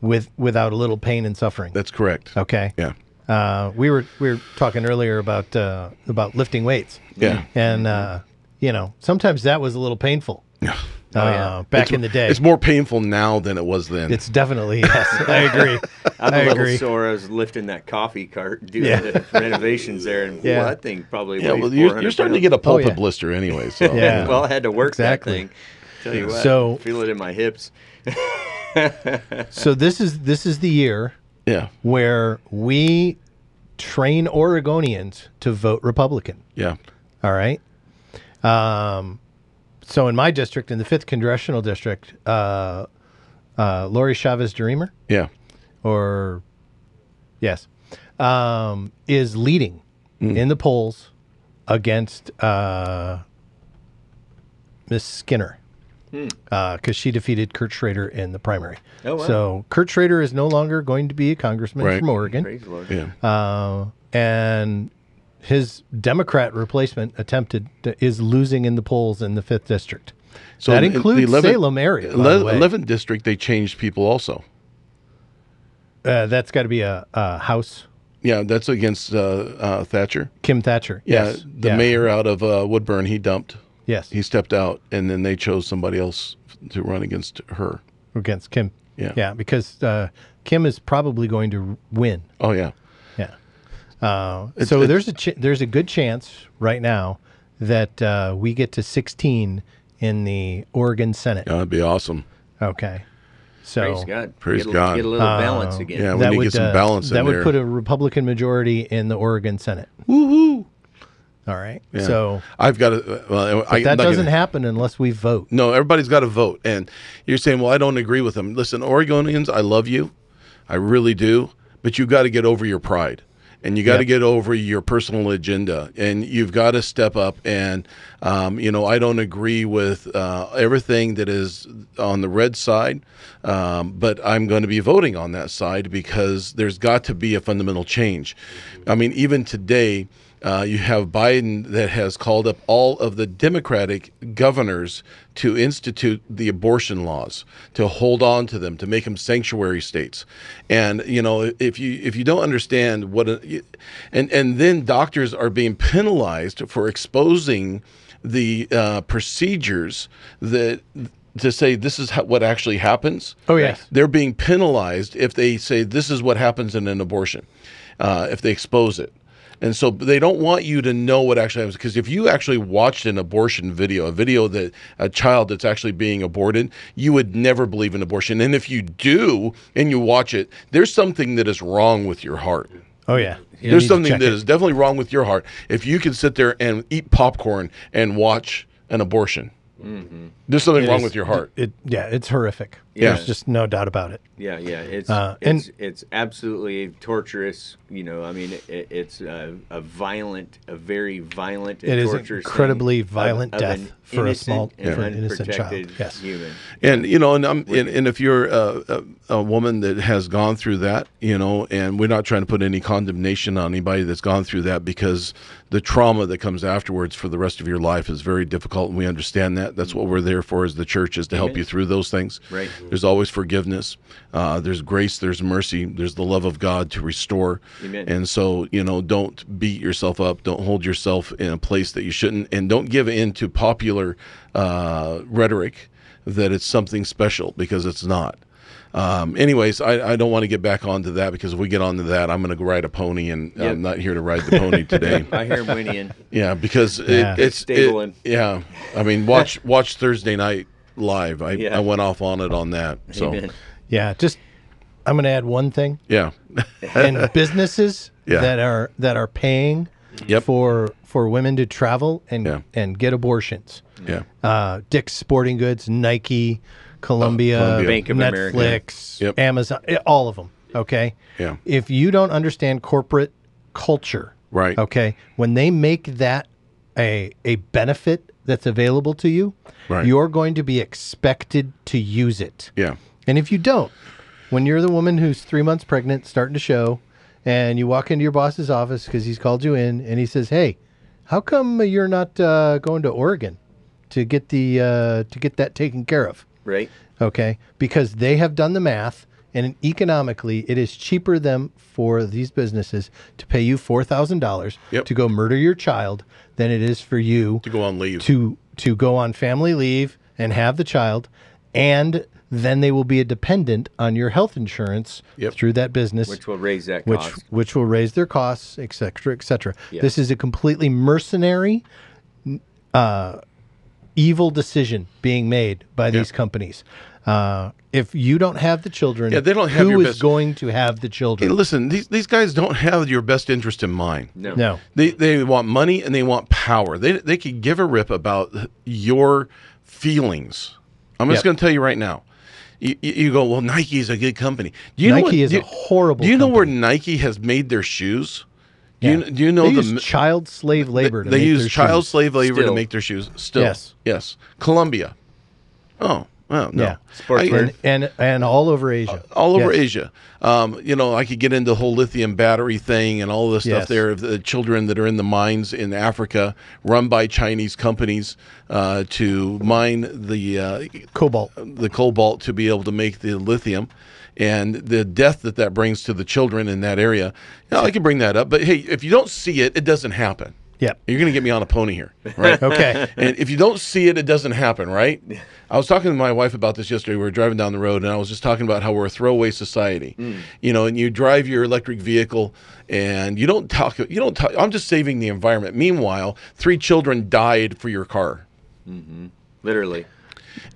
Speaker 3: with without a little pain and suffering.
Speaker 2: That's correct.
Speaker 3: Okay.
Speaker 2: Yeah.
Speaker 3: Uh, we were we were talking earlier about uh, about lifting weights,
Speaker 2: Yeah.
Speaker 3: and uh, you know sometimes that was a little painful. uh, back in the day,
Speaker 2: It's more painful now than it was then.
Speaker 3: It's definitely yes. I agree.
Speaker 4: I'm
Speaker 3: I
Speaker 4: a little
Speaker 3: agree.
Speaker 4: sore. I was lifting that coffee cart doing
Speaker 3: Yeah.
Speaker 4: the renovations there, and
Speaker 3: Yeah.
Speaker 4: well, that thing
Speaker 2: <laughs>
Speaker 4: probably
Speaker 2: yeah,
Speaker 4: weighs
Speaker 2: well, you're,
Speaker 4: 400
Speaker 2: you're starting to
Speaker 4: pounds.
Speaker 2: get a pulpit
Speaker 3: Oh, yeah.
Speaker 2: blister anyway. So
Speaker 3: <laughs> Yeah.
Speaker 4: <laughs> well, I had to work
Speaker 3: Exactly.
Speaker 4: that thing. Tell you what,
Speaker 3: So-
Speaker 4: feel it in my hips.
Speaker 3: So this is this is the year
Speaker 2: yeah,
Speaker 3: where we train Oregonians to vote Republican.
Speaker 2: yeah,
Speaker 3: All right. Um, so in my district, in the fifth congressional district, uh, uh, Lori Chavez Dreamer,
Speaker 2: yeah.
Speaker 3: or yes, um, is leading
Speaker 4: Mm.
Speaker 3: in the polls against uh, Miss Skinner because she defeated Kurt Schrader in the primary.
Speaker 4: Hmm. Oh, wow.
Speaker 3: So Kurt Schrader is no longer going to be a congressman
Speaker 2: Right.
Speaker 3: from Oregon
Speaker 4: Praise the Lord.
Speaker 2: yeah.
Speaker 3: uh, and his Democrat replacement attempted to, is losing in the polls in the fifth district. So that
Speaker 2: in- in
Speaker 3: includes
Speaker 2: 11th
Speaker 3: Salem area. by the way.
Speaker 2: 11th district, they changed people also.
Speaker 3: Uh, that's got to be a, a House
Speaker 2: Yeah, that's against uh, uh, Thatcher.
Speaker 3: Kim Thatcher.
Speaker 2: Yeah,
Speaker 3: yes,
Speaker 2: the
Speaker 3: Yeah.
Speaker 2: mayor out of uh, Woodburn, he dumped.
Speaker 3: Yes,
Speaker 2: He stepped out, and then they chose somebody else to run against her.
Speaker 3: against Kim.
Speaker 2: Yeah.
Speaker 3: yeah, because uh, Kim is probably going to win.
Speaker 2: Oh yeah,
Speaker 3: Yeah. Uh, so
Speaker 2: it's-
Speaker 3: there's a ch- there's a good chance right now that uh, we get to 16 in the Oregon Senate.
Speaker 2: Yeah, that'd be awesome.
Speaker 3: Okay. So
Speaker 4: Praise God.
Speaker 2: Praise
Speaker 4: get a,
Speaker 2: God.
Speaker 4: Get a little balance
Speaker 3: Oh.
Speaker 4: again.
Speaker 2: Yeah, we need to get some balance
Speaker 3: uh, that
Speaker 2: in
Speaker 3: would
Speaker 2: there.
Speaker 3: put a Republican majority in the Oregon Senate.
Speaker 2: Woohoo!
Speaker 3: All right.
Speaker 2: Yeah.
Speaker 3: So
Speaker 2: I've got to. Well, I,
Speaker 3: but that
Speaker 2: not
Speaker 3: doesn't
Speaker 2: gonna-
Speaker 3: happen unless we vote.
Speaker 2: No, everybody's got to vote. And you're saying, well, I don't agree with them. Listen, Oregonians, I love you. I really do. But you got to get over your pride and you got to
Speaker 3: Yep.
Speaker 2: get over your personal agenda and you've got to step up. And, um, you know, I don't agree with uh, everything that is on the red side, um, but I'm going to be voting on that side because there's got to be a fundamental change. I mean, even today, uh, you have Biden that has called up all of the Democratic governors to institute the abortion laws, to hold on to them, to make them sanctuary states. And you know, if you if you don't understand what, a, and and then doctors are being penalized for exposing the uh, procedures that to say this is how, what actually happens
Speaker 3: Oh, yes.
Speaker 2: they're being penalized if they say this is what happens in an abortion, uh, if they expose it. And so they don't want you to know what actually happens because if you actually watched an abortion video, a video that a child that's actually being aborted, you would never believe in abortion. And if you do and you watch it, there's something that is wrong with your heart.
Speaker 3: Oh yeah. You need
Speaker 2: There's
Speaker 3: to
Speaker 2: something
Speaker 3: check
Speaker 2: that is
Speaker 3: it.
Speaker 2: definitely wrong with your heart. If you can sit there and eat popcorn and watch an abortion, there's something wrong
Speaker 3: is-
Speaker 2: with your heart.
Speaker 3: It yeah, it's horrific.
Speaker 4: Yeah.
Speaker 3: There's just no doubt about it.
Speaker 4: Yeah, yeah, it's
Speaker 3: Uh,
Speaker 4: it's,
Speaker 3: and-
Speaker 4: it's absolutely torturous. You know, I mean, it, it's a, a violent, a very violent. And
Speaker 3: It is
Speaker 4: torturous
Speaker 3: incredibly
Speaker 4: thing
Speaker 3: violent death for a small-
Speaker 4: and
Speaker 3: for an innocent child.
Speaker 4: unprotected
Speaker 3: Yes.
Speaker 4: human.
Speaker 2: and you know, and, I'm, and and if you're a, a, a woman that has gone through that, you know, and we're not trying to put any condemnation on anybody that's gone through that because the trauma that comes afterwards for the rest of your life is very difficult, and we understand that. That's what we're there for as the church is to help you through those things.
Speaker 4: Right.
Speaker 2: There's always forgiveness. Uh, there's grace. There's mercy. There's the love of God to restore.
Speaker 4: Amen.
Speaker 2: And so, you know, don't beat yourself up. Don't hold yourself in a place that you shouldn't, and don't give in to popular uh, rhetoric that it's something special because it's not. Um, anyways, I, I don't want to get back onto that because if we get onto that, I'm going to go ride a pony, and
Speaker 4: Yep.
Speaker 2: I'm not here to ride the pony today.
Speaker 4: <laughs> I hear him whinnying.
Speaker 2: Yeah, because
Speaker 3: Yeah.
Speaker 2: It, it's
Speaker 4: Stable
Speaker 2: it-
Speaker 4: one.
Speaker 2: Yeah, I mean, watch watch Thursday night live. I,
Speaker 4: Yeah.
Speaker 2: I went off on it on that. <laughs> So
Speaker 4: Amen.
Speaker 3: Yeah, just I'm going to add
Speaker 2: <laughs>
Speaker 3: one thing.
Speaker 2: yeah,
Speaker 3: and businesses
Speaker 2: Yeah.
Speaker 3: that are that are paying
Speaker 2: Yep.
Speaker 3: for for women to travel and
Speaker 2: Yeah.
Speaker 3: and get abortions.
Speaker 2: yeah,
Speaker 3: Uh, Dick's Sporting Goods, Nike, Columbia,
Speaker 2: Columbia.
Speaker 4: Bank of America.
Speaker 3: Netflix,
Speaker 2: Yep.
Speaker 3: Amazon, eh, all of them. Okay.
Speaker 2: Yeah.
Speaker 3: If you don't understand corporate culture,
Speaker 2: Right.
Speaker 3: Okay, when they make that a a benefit that's available to you,
Speaker 2: Right.
Speaker 3: you're going to be expected to use it.
Speaker 2: yeah,
Speaker 3: And if you don't, when you're the woman who's three months pregnant, starting to show, and you walk into your boss's office because he's called you in and he says, "Hey, how come you're not uh, going to Oregon to get the uh, to get that taken care of?"
Speaker 4: Right?
Speaker 3: Okay, because they have done the math, and economically, it is cheaper them for these businesses to pay you four thousand dollars
Speaker 2: Yep.
Speaker 3: to go murder your child than it is for you
Speaker 2: to go on leave.
Speaker 3: to to go on family leave and have the child and then they will be a dependent on your health insurance
Speaker 2: Yep.
Speaker 3: through that business
Speaker 4: Which will raise that
Speaker 3: which
Speaker 4: cost.
Speaker 3: which will raise their costs et cetera et cetera
Speaker 4: Yes.
Speaker 3: this is a completely mercenary n- uh, evil decision being made by these companies uh, if you don't have the children
Speaker 2: Yeah, they don't have
Speaker 3: who
Speaker 2: your
Speaker 3: is
Speaker 2: best-
Speaker 3: going to have the
Speaker 2: Hey,
Speaker 3: children
Speaker 2: listen, these these guys don't have your best interest in mind.
Speaker 4: No.
Speaker 3: no
Speaker 2: They they want money and they want power. They they could give a rip about your feelings. I'm just
Speaker 3: Yep.
Speaker 2: going to tell you right now. You, you- you go well. Nike is a good company. Do you know
Speaker 3: Nike
Speaker 2: what-
Speaker 3: is
Speaker 2: do
Speaker 3: a
Speaker 2: you-
Speaker 3: horrible
Speaker 2: Do you know
Speaker 3: company.
Speaker 2: where Nike has made their shoes? Do you
Speaker 3: Yeah.
Speaker 2: do you know
Speaker 3: they
Speaker 2: the
Speaker 3: use
Speaker 2: m-
Speaker 3: child slave labor to
Speaker 2: they
Speaker 3: make
Speaker 2: use
Speaker 3: their
Speaker 2: child
Speaker 3: shoes.
Speaker 2: slave labor to
Speaker 4: Still.
Speaker 2: make their shoes. Still,
Speaker 3: Yes.
Speaker 2: yes. Colombia. Oh, well, no.
Speaker 3: Yeah.
Speaker 2: I-
Speaker 3: and, and and all over Asia
Speaker 2: all over
Speaker 3: Yes.
Speaker 2: Asia. Um, you know, I could get into the whole lithium battery thing and all this stuff
Speaker 3: Yes.
Speaker 2: there of the children that are in the mines in Africa, run by Chinese companies uh, to mine the uh, <laughs>
Speaker 3: cobalt
Speaker 2: the cobalt to be able to make the lithium. And the death that that brings to the children in that area, You know, I could bring that up. But hey, if you don't see it, it doesn't happen.
Speaker 3: Yep.
Speaker 2: You're going to get me on a pony here, right?
Speaker 3: Okay.
Speaker 2: and if you don't see it, it doesn't happen, right? I was talking to my wife about this yesterday. We were driving down the road, and I was just talking about how we're a throwaway society.
Speaker 3: Mm.
Speaker 2: You know, and you drive your electric vehicle, and you don't talk. You don't talk. I'm just saving the environment. Meanwhile, three children died for your car,
Speaker 4: Literally.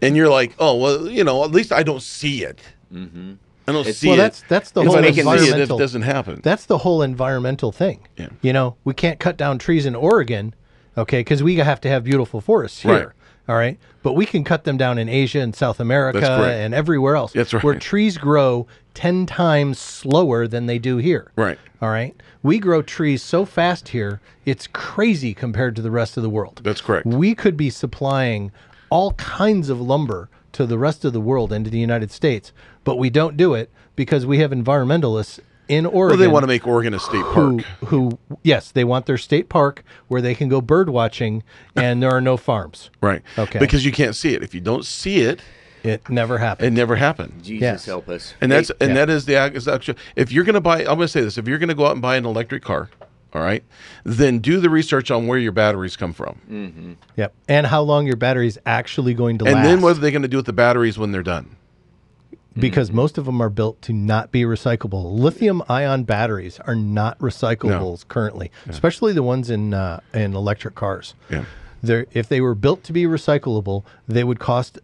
Speaker 2: and you're like, oh well, you know, at least I don't see it. I don't
Speaker 4: It's-
Speaker 2: see
Speaker 3: Mm-hmm. Well,
Speaker 2: it.
Speaker 3: that's- that's the
Speaker 2: If I
Speaker 3: whole
Speaker 2: don't see it, it
Speaker 3: environmental-
Speaker 2: doesn't happen.
Speaker 3: That's the whole environmental thing.
Speaker 2: Yeah.
Speaker 3: You know, we can't cut down trees in Oregon, okay, because we have to have beautiful forests here.
Speaker 2: Right.
Speaker 3: All right. But we can cut them down in Asia and South America
Speaker 2: correct.
Speaker 3: and everywhere else.
Speaker 2: That's right.
Speaker 3: Where trees grow 10 times slower than they do here.
Speaker 2: Right.
Speaker 3: All right. We grow trees so fast here, it's crazy compared to the rest of the world.
Speaker 2: That's correct.
Speaker 3: We could be supplying all kinds of lumber to the rest of the world and to the United States, but we don't do it because we have environmentalists in
Speaker 2: well,
Speaker 3: Oregon.
Speaker 2: they want to make Oregon a state
Speaker 3: who,
Speaker 2: park.
Speaker 3: who, yes, they want their state park where they can go bird watching and there are no farms.
Speaker 2: Right.
Speaker 3: Okay.
Speaker 2: Because you can't see it. If you don't see it,
Speaker 3: It never
Speaker 2: it
Speaker 3: happened.
Speaker 2: never happened.
Speaker 4: Jesus
Speaker 3: Yes.
Speaker 4: help us.
Speaker 2: And that's and
Speaker 3: Yeah.
Speaker 2: that is the ac- is actual. If you're going to buy, I'm going to say this: if you're going to go out and buy an electric car, all right, then do the research on where your batteries come from,
Speaker 3: Mm. Yep. And how long your battery's actually going to
Speaker 2: and
Speaker 3: last.
Speaker 2: then what are they going to do with the batteries when they're done? Mm-hmm.
Speaker 3: because most of them are built to not be recyclable. Lithium ion batteries are not recyclables currently, especially the ones in uh, in electric cars.
Speaker 2: Yeah.
Speaker 3: They're, if they were built to be recyclable, they would cost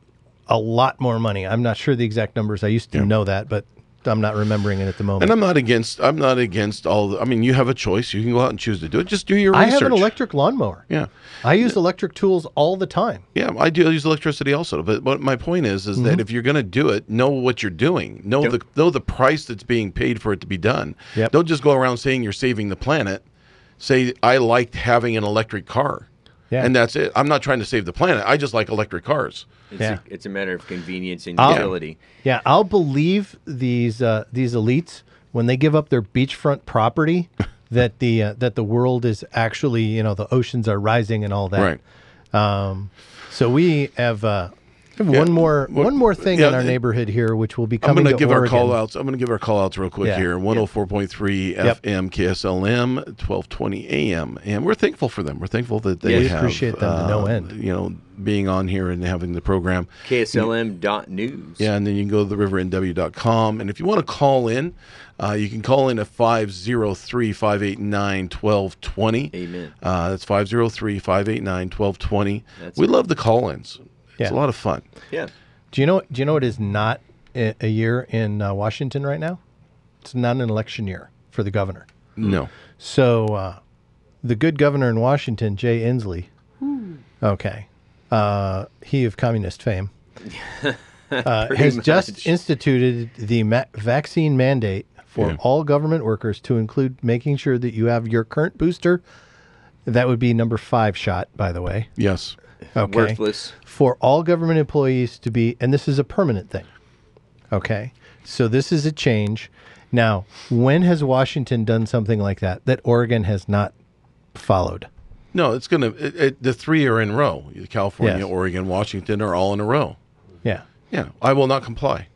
Speaker 3: a lot more money. I'm not sure the exact numbers. I used to know that, but I'm not remembering it at the moment.
Speaker 2: And I'm not against. I'm not against all. The, I mean, you have a choice. You can go out and choose to do it. Just do your
Speaker 3: I
Speaker 2: research.
Speaker 3: have an electric lawnmower.
Speaker 2: Yeah.
Speaker 3: I use electric tools all the time.
Speaker 2: Yeah, I do use electricity also, but but my point is is
Speaker 3: Mm-hmm.
Speaker 2: that if you're going to do it, know what you're doing, know the know the price that's being paid for it to be done.
Speaker 3: Yep.
Speaker 2: Don't just go around saying you're saving the planet. Say I liked having an electric car,
Speaker 3: Yeah.
Speaker 2: and that's it. I'm not trying to save the planet. I just like electric cars.
Speaker 4: It's,
Speaker 3: Yeah.
Speaker 4: a, it's a matter of convenience and
Speaker 3: I'll-
Speaker 4: utility.
Speaker 3: Yeah, I'll believe these uh, these elites when they give up their
Speaker 2: <laughs>
Speaker 3: beachfront property that the uh, that the world is actually you know the oceans are rising and all that.
Speaker 2: Right.
Speaker 3: Um, so we have. Uh, we have One more,
Speaker 2: What-
Speaker 3: one more thing
Speaker 2: yeah,
Speaker 3: in our
Speaker 2: it-
Speaker 3: neighborhood here, which will be
Speaker 2: I'm
Speaker 3: coming
Speaker 2: gonna
Speaker 3: to
Speaker 2: give
Speaker 3: Oregon.
Speaker 2: our call outs. I'm going to give our call outs real quick
Speaker 3: Yeah.
Speaker 2: here. 104.3
Speaker 3: Yep.
Speaker 2: FM KSLM 1220 AM, and we're thankful for them. We're thankful that they
Speaker 4: Yeah. We
Speaker 2: have,
Speaker 3: appreciate them to no
Speaker 2: uh,
Speaker 3: end.
Speaker 2: You know, being on here and having the program.
Speaker 4: KSLM.news.
Speaker 2: Yeah, and then you can go to therivernw.com. And if you want to call in, uh, you can call in at 503 589 1220.
Speaker 4: Amen.
Speaker 2: Uh, that's 503 589 1220.
Speaker 4: That's
Speaker 2: We
Speaker 4: it.
Speaker 2: love the call ins,
Speaker 3: Yeah.
Speaker 2: it's a lot of fun.
Speaker 4: Yeah.
Speaker 3: Do you know? Do you know it is not a, a year in uh, Washington right now? It's not an election year for the governor.
Speaker 4: Mm.
Speaker 2: No.
Speaker 3: So, uh, the good governor in Washington, Jay Inslee.
Speaker 4: Hmm.
Speaker 3: Okay, uh, he of communist
Speaker 4: <laughs>
Speaker 3: fame uh, has
Speaker 4: much.
Speaker 3: just instituted the ma- vaccine mandate for
Speaker 2: Yeah.
Speaker 3: all government workers to include making sure that you have your current booster. That would be number five shot, by the way.
Speaker 2: Yes.
Speaker 3: Okay.
Speaker 4: Worthless.
Speaker 3: For all government employees to be, and this is a permanent thing. Okay. So this is a change. Now, when has Washington done something like that that Oregon has not followed?
Speaker 2: No, it's going to, the three are in a row California,
Speaker 3: Yes.
Speaker 2: Oregon, Washington are all in a row.
Speaker 3: Yeah.
Speaker 2: Yeah, I will not comply.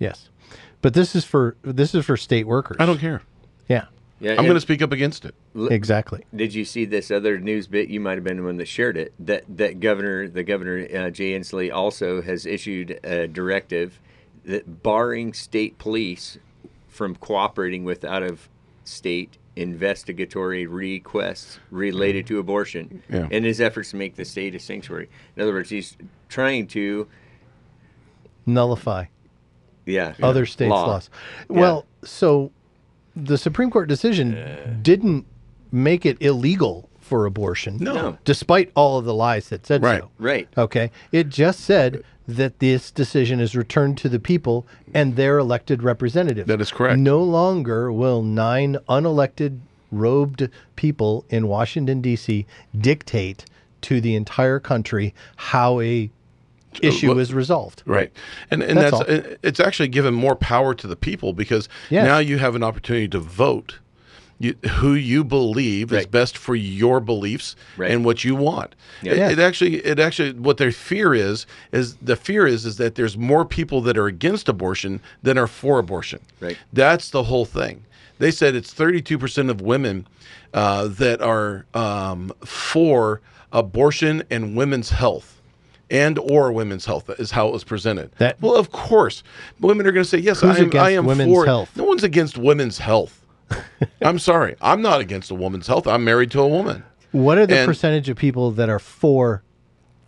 Speaker 3: Yes. But this is for this is for state workers.
Speaker 2: I don't care.
Speaker 3: Yeah.
Speaker 4: Yeah,
Speaker 2: I'm
Speaker 4: and
Speaker 2: going to speak up against it.
Speaker 3: Exactly.
Speaker 4: Did you see this other news bit? You might have been the one that shared it. That that governor, the governor uh, Jay Inslee, also has issued a directive that barring state police from cooperating with out of state investigatory requests related to abortion
Speaker 2: Yeah.
Speaker 4: and his efforts to make the state a sanctuary. In other words, he's trying to
Speaker 3: Nullify
Speaker 4: yeah
Speaker 3: other states'
Speaker 4: law.
Speaker 3: laws. Well, so the Supreme Court decision didn't make it illegal for abortion.
Speaker 4: No.
Speaker 3: Despite all of the lies that said
Speaker 2: Right.
Speaker 3: so.
Speaker 4: Right.
Speaker 3: Okay. It just said that this decision is returned to the people and their elected representatives.
Speaker 2: That is correct.
Speaker 3: No longer will nine unelected robed people in Washington D.C. dictate to the entire country how a issue
Speaker 2: what-
Speaker 3: is resolved.
Speaker 2: Uh, Right. And and that's,
Speaker 3: That's
Speaker 2: it's actually given more power to the people because
Speaker 3: Yes.
Speaker 2: now you have an opportunity to vote you, who you believe is
Speaker 4: Right.
Speaker 2: best for your beliefs
Speaker 4: Right.
Speaker 2: and what you want. It,
Speaker 3: Yeah.
Speaker 2: it actually it actually what their fear is is the fear is is that there's more people that are against abortion than are for abortion.
Speaker 4: Right.
Speaker 2: That's the whole thing. They said it's 32% of women uh, that are um, for abortion and women's health and or women's health is how it was presented.
Speaker 3: That-
Speaker 2: well, of course, women are going to say yes.
Speaker 3: Who's
Speaker 2: I am, I
Speaker 3: against
Speaker 2: am
Speaker 3: women's
Speaker 2: for
Speaker 3: health?
Speaker 2: No one's against women's
Speaker 3: <laughs>
Speaker 2: health. I'm sorry, I'm not against a woman's health. I'm married to a woman.
Speaker 3: What are the
Speaker 2: And-
Speaker 3: percentage of people that are for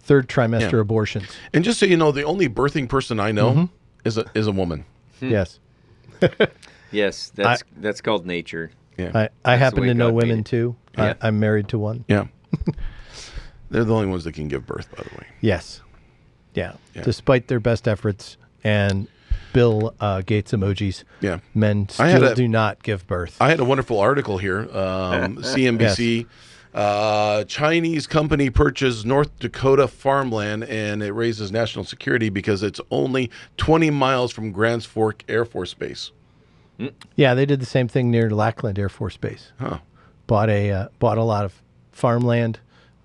Speaker 3: third trimester
Speaker 2: Yeah.
Speaker 3: abortions? Mm-hmm.
Speaker 2: And just so you know, the only birthing person I know is a is a woman.
Speaker 3: Yes.
Speaker 4: Yes, that's that's called nature.
Speaker 3: I, I happen
Speaker 4: way
Speaker 3: to know
Speaker 4: God made
Speaker 3: women
Speaker 4: it.
Speaker 3: too.
Speaker 4: Yeah.
Speaker 3: I, I'm married to one.
Speaker 2: Yeah. <laughs> They're the only ones that can give birth, by the way.
Speaker 3: Yes. Yeah.
Speaker 2: Yeah.
Speaker 3: Despite their best efforts and Bill uh, Gates emojis,
Speaker 2: Yeah.
Speaker 3: men
Speaker 2: I had
Speaker 3: still
Speaker 2: a-
Speaker 3: do not give birth.
Speaker 2: I had a wonderful article here, um, CNBC. Uh, Chinese company purchased North Dakota farmland and it raises national security because it's only 20 miles from Grants Fork Air Force Base.
Speaker 3: yeah, they did the same thing near Lackland Air Force Base.
Speaker 2: Huh.
Speaker 3: Bought a uh, bought a lot of farmland.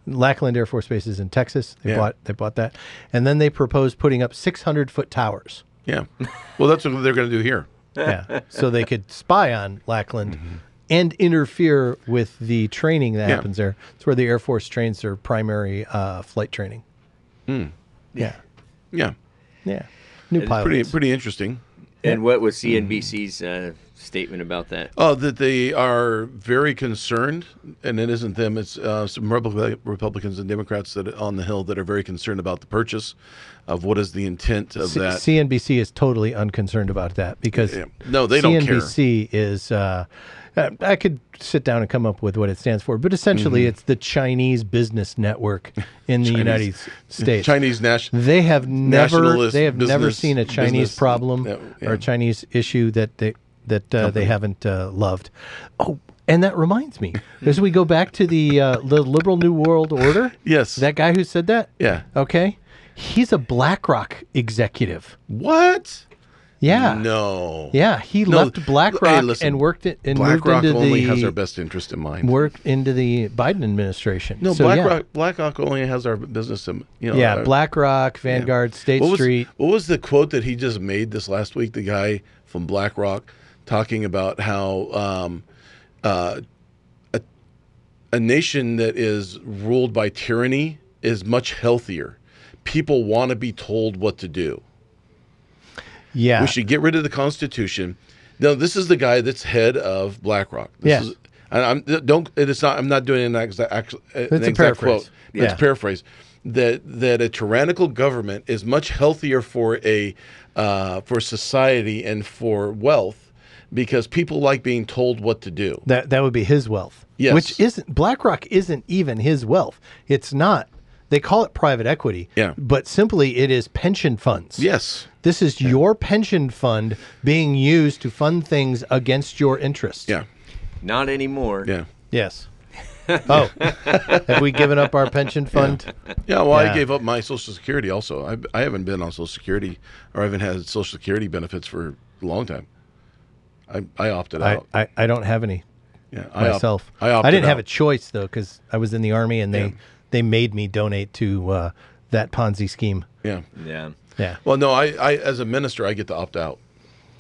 Speaker 3: Lackland Air Force Base is in Texas. They
Speaker 2: Yeah.
Speaker 3: bought they bought that, and then they proposed putting up 600 foot
Speaker 2: <laughs>
Speaker 3: towers.
Speaker 2: Yeah. Well, that's what they're going to do here.
Speaker 3: yeah, so they could spy on Lackland and interfere with the training that
Speaker 2: Mm-hmm. Yeah.
Speaker 3: happens there. It's where the Air Force trains their primary uh, flight training. Yeah,
Speaker 2: Yeah.
Speaker 3: yeah. New pilots.
Speaker 2: Pretty, pretty interesting.
Speaker 4: And what was CNBC's uh, statement about that?
Speaker 2: Oh, that they are very concerned, and it isn't them. It's uh, some Republic- Republicans and Democrats that on the Hill that are very concerned about the purchase of what is the intent of
Speaker 3: C-
Speaker 2: that.
Speaker 3: CNBC is totally unconcerned about that because
Speaker 2: Yeah. No, they don't care.
Speaker 3: CNBC is. Uh, uh, I could sit down and come up with what it stands for, but essentially,
Speaker 2: Mm-hmm.
Speaker 3: it's the Chinese business network in the
Speaker 2: <laughs>
Speaker 3: United States.
Speaker 2: Chinese national.
Speaker 3: They have never
Speaker 2: Nationalist
Speaker 3: they have never
Speaker 2: business-
Speaker 3: seen a Chinese
Speaker 2: business-
Speaker 3: problem
Speaker 2: yeah, yeah.
Speaker 3: or a Chinese issue that they that uh, they haven't uh, loved. Oh, and that reminds me, as we go back to the uh, the liberal new world order,
Speaker 2: <laughs> Yes.
Speaker 3: that guy who said that,
Speaker 2: Yeah.
Speaker 3: okay, he's a BlackRock executive.
Speaker 2: What?
Speaker 3: Yeah,
Speaker 2: No.
Speaker 3: yeah, he
Speaker 2: No,
Speaker 3: left
Speaker 2: hey,
Speaker 3: BlackRock
Speaker 2: listen,
Speaker 3: and worked it and moved
Speaker 2: BlackRock
Speaker 3: into
Speaker 2: only
Speaker 3: the
Speaker 2: has our best interest in mind.
Speaker 3: worked into the Biden administration.
Speaker 2: no,
Speaker 3: So, yeah.
Speaker 2: BlackRock. BlackRock only has our business in. You know,
Speaker 3: Yeah,
Speaker 2: our-
Speaker 3: BlackRock, Vanguard, State
Speaker 2: what was,
Speaker 3: Street.
Speaker 2: What was the quote that he just made this last week? The guy from BlackRock talking about how um, uh, a, a nation that is ruled by tyranny is much healthier. People want to be told what to do.
Speaker 3: Yeah,
Speaker 2: We should get rid of the Constitution. No, this is the guy that's head of BlackRock. This
Speaker 3: Yes.
Speaker 2: Is, and I'm don't. and It's not. I'm not doing an exact. Actual, an
Speaker 3: a
Speaker 2: exact
Speaker 3: paraphrase.
Speaker 2: quote. but It's
Speaker 3: Yeah.
Speaker 2: paraphrase. That that a tyrannical government is much healthier for a uh, for society and for wealth because people like being told what to do.
Speaker 3: That that would be his wealth.
Speaker 2: Yes.
Speaker 3: Which isn't BlackRock isn't even his wealth. It's not. They call it private equity.
Speaker 2: Yeah.
Speaker 3: But simply it is pension funds.
Speaker 2: Yes.
Speaker 3: This is your pension fund being used to fund things against your interests.
Speaker 2: Yeah.
Speaker 4: Not anymore.
Speaker 2: Yeah.
Speaker 3: Yes. oh.
Speaker 2: <laughs>
Speaker 3: Have we given up our pension fund?
Speaker 2: Yeah, well,
Speaker 3: Yeah.
Speaker 2: I gave up my Social Security also. I, I haven't been on Social Security or I haven't had Social Security benefits for a long time. I, I opted
Speaker 3: I,
Speaker 2: out.
Speaker 3: I, I don't have any
Speaker 2: Yeah, I op-
Speaker 3: myself.
Speaker 2: I, opted
Speaker 3: didn't have a
Speaker 2: out.
Speaker 3: choice though, because I was in the army and they,
Speaker 2: Yeah.
Speaker 3: they made me donate to uh, that Ponzi scheme.
Speaker 2: Yeah.
Speaker 4: Yeah.
Speaker 3: Yeah.
Speaker 2: Well, no, I, I as a minister, I get to opt out.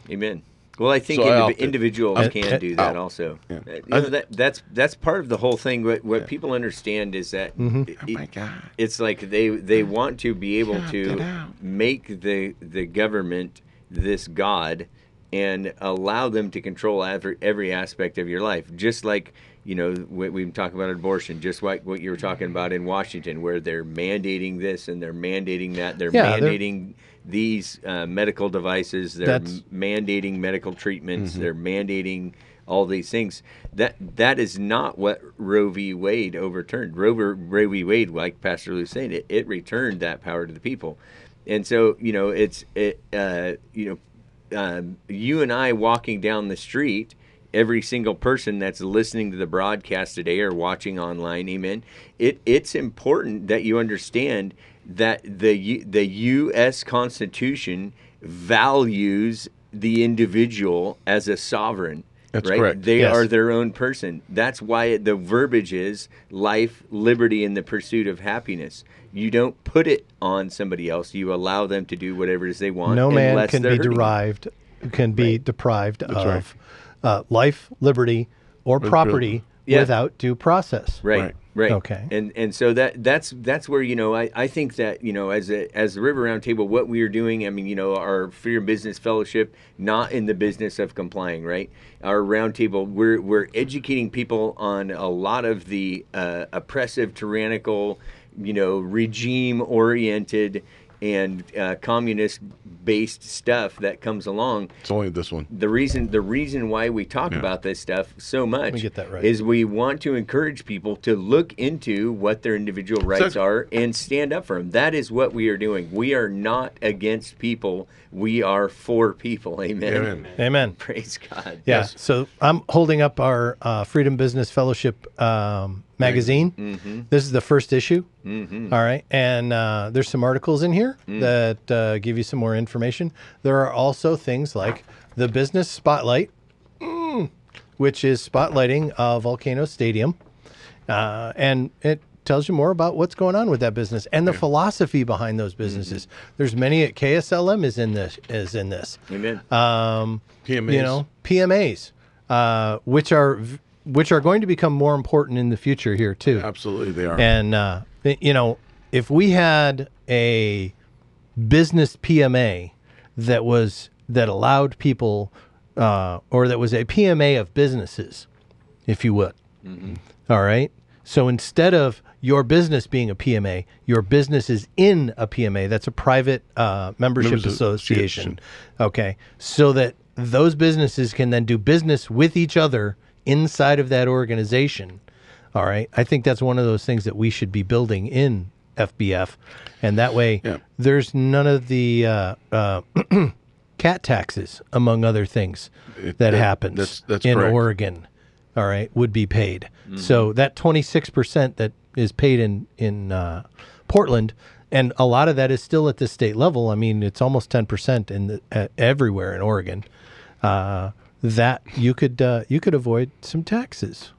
Speaker 4: Amen. Well, I think
Speaker 2: So I
Speaker 4: indiv-
Speaker 2: opted.
Speaker 4: individuals
Speaker 3: I-
Speaker 4: can do that also. Uh, you know, that, that's that's part of the whole thing. What what people understand is that
Speaker 2: Mm-hmm.
Speaker 4: it- it- it's like they they want to be able to make the the government this god and allow them to control every every aspect of your life, just like. You know, we, we talk about abortion, just like what you were talking about in Washington, where they're mandating this and they're mandating that, they're
Speaker 3: Yeah, they're-
Speaker 4: mandating these uh, medical devices, they're
Speaker 3: That's-
Speaker 4: mandating medical treatments. They're mandating all these things. That that is not what Roe v. Wade overturned. Roe, ver- Roe v. Wade, like Pastor Lou said, it, it returned that power to the people. And so you know, it's it uh, you know, um, you and I walking down the street. Every single person that's listening to the broadcast today or watching online, amen. It it's important that you understand that the U- the U.S. Constitution values the individual as a sovereign.
Speaker 2: That's
Speaker 4: right?
Speaker 2: correct.
Speaker 4: They
Speaker 3: Yes.
Speaker 4: are their own person. That's why it, the verbiage is life, liberty, and the pursuit of happiness. You don't put it on somebody else. You allow them to do whatever it is they want.
Speaker 3: no man
Speaker 4: unless
Speaker 3: can
Speaker 4: they're
Speaker 3: be
Speaker 4: hurting you.
Speaker 3: derived can be deprived of uh, life liberty or property
Speaker 4: Yeah.
Speaker 3: without due process
Speaker 4: Right.
Speaker 2: Right.
Speaker 4: Right.
Speaker 3: Okay.
Speaker 4: And and so that that's that's where you know I, I think that you know as a as the River Roundtable what we are doing I mean you know our Fear and Business Fellowship not in the business of complying right our roundtable we're we're educating people on a lot of the uh, oppressive tyrannical you know regime oriented and uh, communist-based stuff that comes along.
Speaker 2: It's only this one.
Speaker 4: the reason the reason why we talk about this stuff so much
Speaker 3: get that right.
Speaker 4: is we want to encourage people to look into what their individual rights are and stand up for them. That is what we are doing. We are not against people. We are for people. Amen.
Speaker 2: Amen.
Speaker 3: Amen.
Speaker 4: <laughs> Praise God.
Speaker 3: Yeah. So I'm holding up our uh, Freedom Business Fellowship um, magazine. This is the first issue. Mm-hmm. right. And uh, there's some articles in here that uh, give you some more information. There are also things like the Business Spotlight, mm, which is spotlighting uh, Volcano Stadium. Uh, and it tells you more about what's going on with that business and the philosophy behind those businesses. There's many uh, at KSLM is in this is in this.
Speaker 4: Amen.
Speaker 3: Um,
Speaker 2: PMAs.
Speaker 3: you know PMAs, uh, which are v- which are going to become more important in the future here too.
Speaker 2: Absolutely, they are.
Speaker 3: And uh, y- you know, if we had a business PMA that was that allowed people, uh, or that was a PMA of businesses, if you would,
Speaker 2: Mm-hmm.
Speaker 3: all right. So instead of your business being a PMA, your business is in a PMA. That's a private uh, membership
Speaker 2: Members association.
Speaker 3: association. Okay. So that those businesses can then do business with each other inside of that organization. All right. I think that's one of those things that we should be building in FBF. And that way,
Speaker 2: Yeah.
Speaker 3: there's none of the uh, uh, cat taxes, among other things, that,
Speaker 2: It- that-
Speaker 3: happens
Speaker 2: that's- that's
Speaker 3: in
Speaker 2: correct. Mm-hmm.
Speaker 3: Oregon. All right, would be paid. So that twenty six percent that is paid in in uh, Portland, and a lot of that is still at the state level. I mean, it's almost ten percent in the, uh, everywhere in Oregon. Uh, that you could uh, you could avoid some taxes.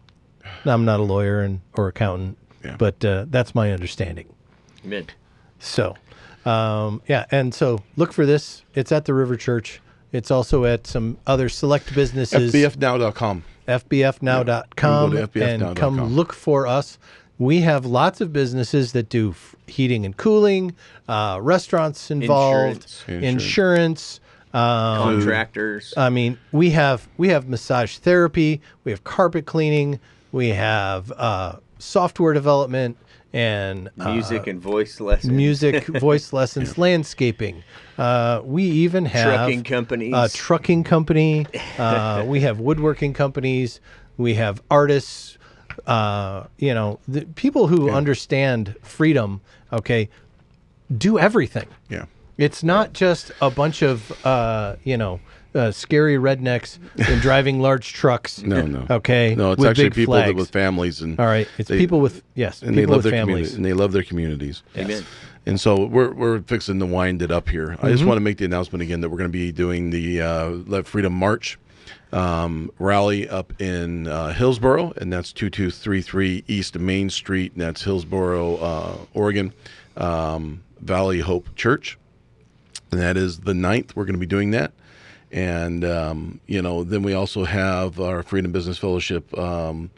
Speaker 3: Now, I'm not a lawyer and or accountant,
Speaker 2: Yeah.
Speaker 3: but uh, that's my understanding.
Speaker 4: Amen.
Speaker 3: So, um, yeah, and so look for this. It's at the River Church. It's also at some other select businesses.
Speaker 2: FBFnow.com.
Speaker 3: FBFnow.com
Speaker 2: You can go to
Speaker 3: and come
Speaker 2: FBFnow.com.
Speaker 3: look for us. We have lots of businesses that do f- heating and cooling, uh, restaurants involved,
Speaker 2: Insurance.
Speaker 3: insurance.
Speaker 2: Uh,
Speaker 3: um,
Speaker 4: Contractors.
Speaker 3: I mean, we have we have massage therapy, we have carpet cleaning, we have uh, software development, and uh,
Speaker 4: Music and voice lessons.
Speaker 2: <laughs>
Speaker 3: music, voice lessons, landscaping. Uh, we even have uh,
Speaker 4: Trucking companies.
Speaker 3: a
Speaker 2: <laughs>
Speaker 3: trucking company. Uh, we have woodworking companies. We have artists. Uh, you know, the people who understand freedom. Okay, do everything.
Speaker 2: Yeah.
Speaker 3: It's not just a bunch of uh, you know. Uh, scary rednecks
Speaker 2: <laughs>
Speaker 3: and driving large trucks.
Speaker 2: No, no.
Speaker 3: Okay.
Speaker 2: No, it's
Speaker 3: with
Speaker 2: actually
Speaker 3: big
Speaker 2: people
Speaker 3: flags.
Speaker 2: that with families and
Speaker 3: All right. It's
Speaker 2: they-
Speaker 3: people with yes.
Speaker 2: and
Speaker 3: people
Speaker 2: they love
Speaker 3: with
Speaker 2: their
Speaker 3: families.
Speaker 2: community and they love their communities.
Speaker 4: Amen.
Speaker 2: And so we're, we're fixing to wind it up here. I just want to make the announcement again that we're going to be doing the uh, Let Freedom March um, rally up in uh, Hillsboro, and that's 2233 East Main Street, and that's Hillsboro, uh, Oregon, um, Valley Hope Church. And that is the 9th. We're going to be doing that. And, um, you know, then we also have our Freedom Business Fellowship um,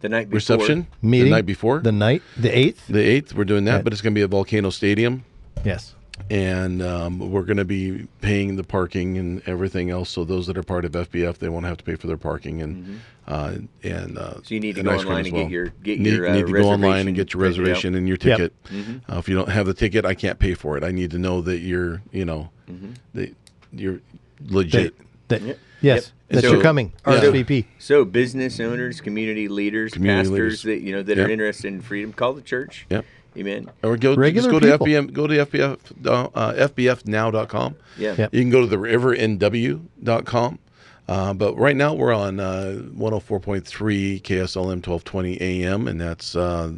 Speaker 4: The night before.
Speaker 2: reception
Speaker 3: Meeting
Speaker 2: the night before.
Speaker 3: The night. The eighth.
Speaker 2: the 8th, we're doing that,
Speaker 3: Right.
Speaker 2: but it's going to be at Volcano Stadium
Speaker 3: Yes.
Speaker 2: and um, we're going to be paying the parking and everything else. So those that are part of FBF, they won't have to pay for their parking and uh, and uh,
Speaker 4: Mm-hmm. So you need to
Speaker 2: and
Speaker 4: go
Speaker 2: ice cream
Speaker 4: online
Speaker 2: as
Speaker 4: and get your- get
Speaker 2: need,
Speaker 4: your, uh,
Speaker 2: need to go online and get
Speaker 4: reservation
Speaker 2: your
Speaker 4: figured out. Mm-hmm.
Speaker 2: reservation and your
Speaker 3: Yep.
Speaker 2: ticket. Uh, if you don't have the ticket, I can't pay for it. I need to know that you're you know
Speaker 4: Mm-hmm.
Speaker 2: that you're legit.
Speaker 3: That, Yes,
Speaker 2: Yep.
Speaker 3: that
Speaker 2: So-
Speaker 3: you're coming,
Speaker 2: Yeah.
Speaker 3: RSVP.
Speaker 4: So business owners, community leaders,
Speaker 2: Community
Speaker 4: pastors
Speaker 2: leaders.
Speaker 4: that you know that
Speaker 2: Yep.
Speaker 4: are interested in freedom, call the church.
Speaker 2: Yep.
Speaker 4: Amen.
Speaker 2: Or go
Speaker 3: Regular
Speaker 2: just go
Speaker 3: people.
Speaker 2: to FBM go to FBF do- uh, FBFnow.com.
Speaker 4: Yeah.
Speaker 3: Yep.
Speaker 2: You can go to the rivernw.com. Uh, but right now we're on uh, 104.3 KSLM 1220 AM, and that's uh,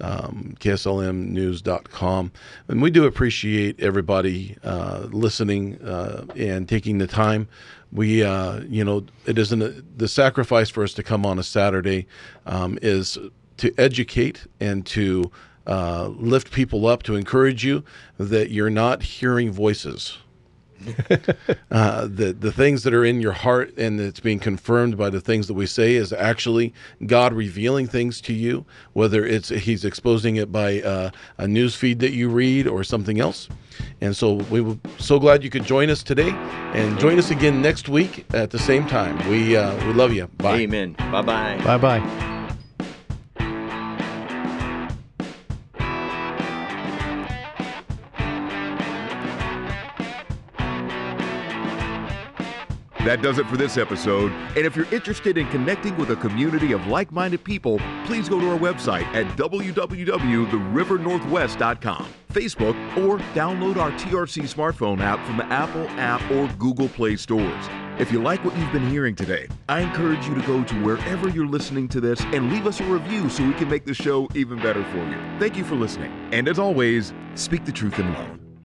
Speaker 2: um, KSLMnews.com. And we do appreciate everybody uh, listening uh, and taking the time. We, uh, you know, it isn't a, the sacrifice for us to come on a Saturday um, is to educate and to uh, lift people up, to encourage you that you're not hearing voices uh, the the things that are in your heart and that's being confirmed by the things that we say is actually God revealing things to you, whether it's He's exposing it by uh, a news feed that you read or something else. And so we were so glad you could join us today, and join us again next week at the same time. We uh, we love you. Bye.
Speaker 4: Amen. Bye bye.
Speaker 3: Bye bye.
Speaker 1: That does it for this episode. And if you're interested in connecting with a community of like minded people, please go to our website at www.therivernorthwest.com, Facebook, or download our TRC smartphone app from the Apple App or Google Play stores. If you like what you've been hearing today, I encourage you to go to wherever you're listening to this and leave us a review so we can make the show even better for you. Thank you for listening. And as always, speak the truth in love.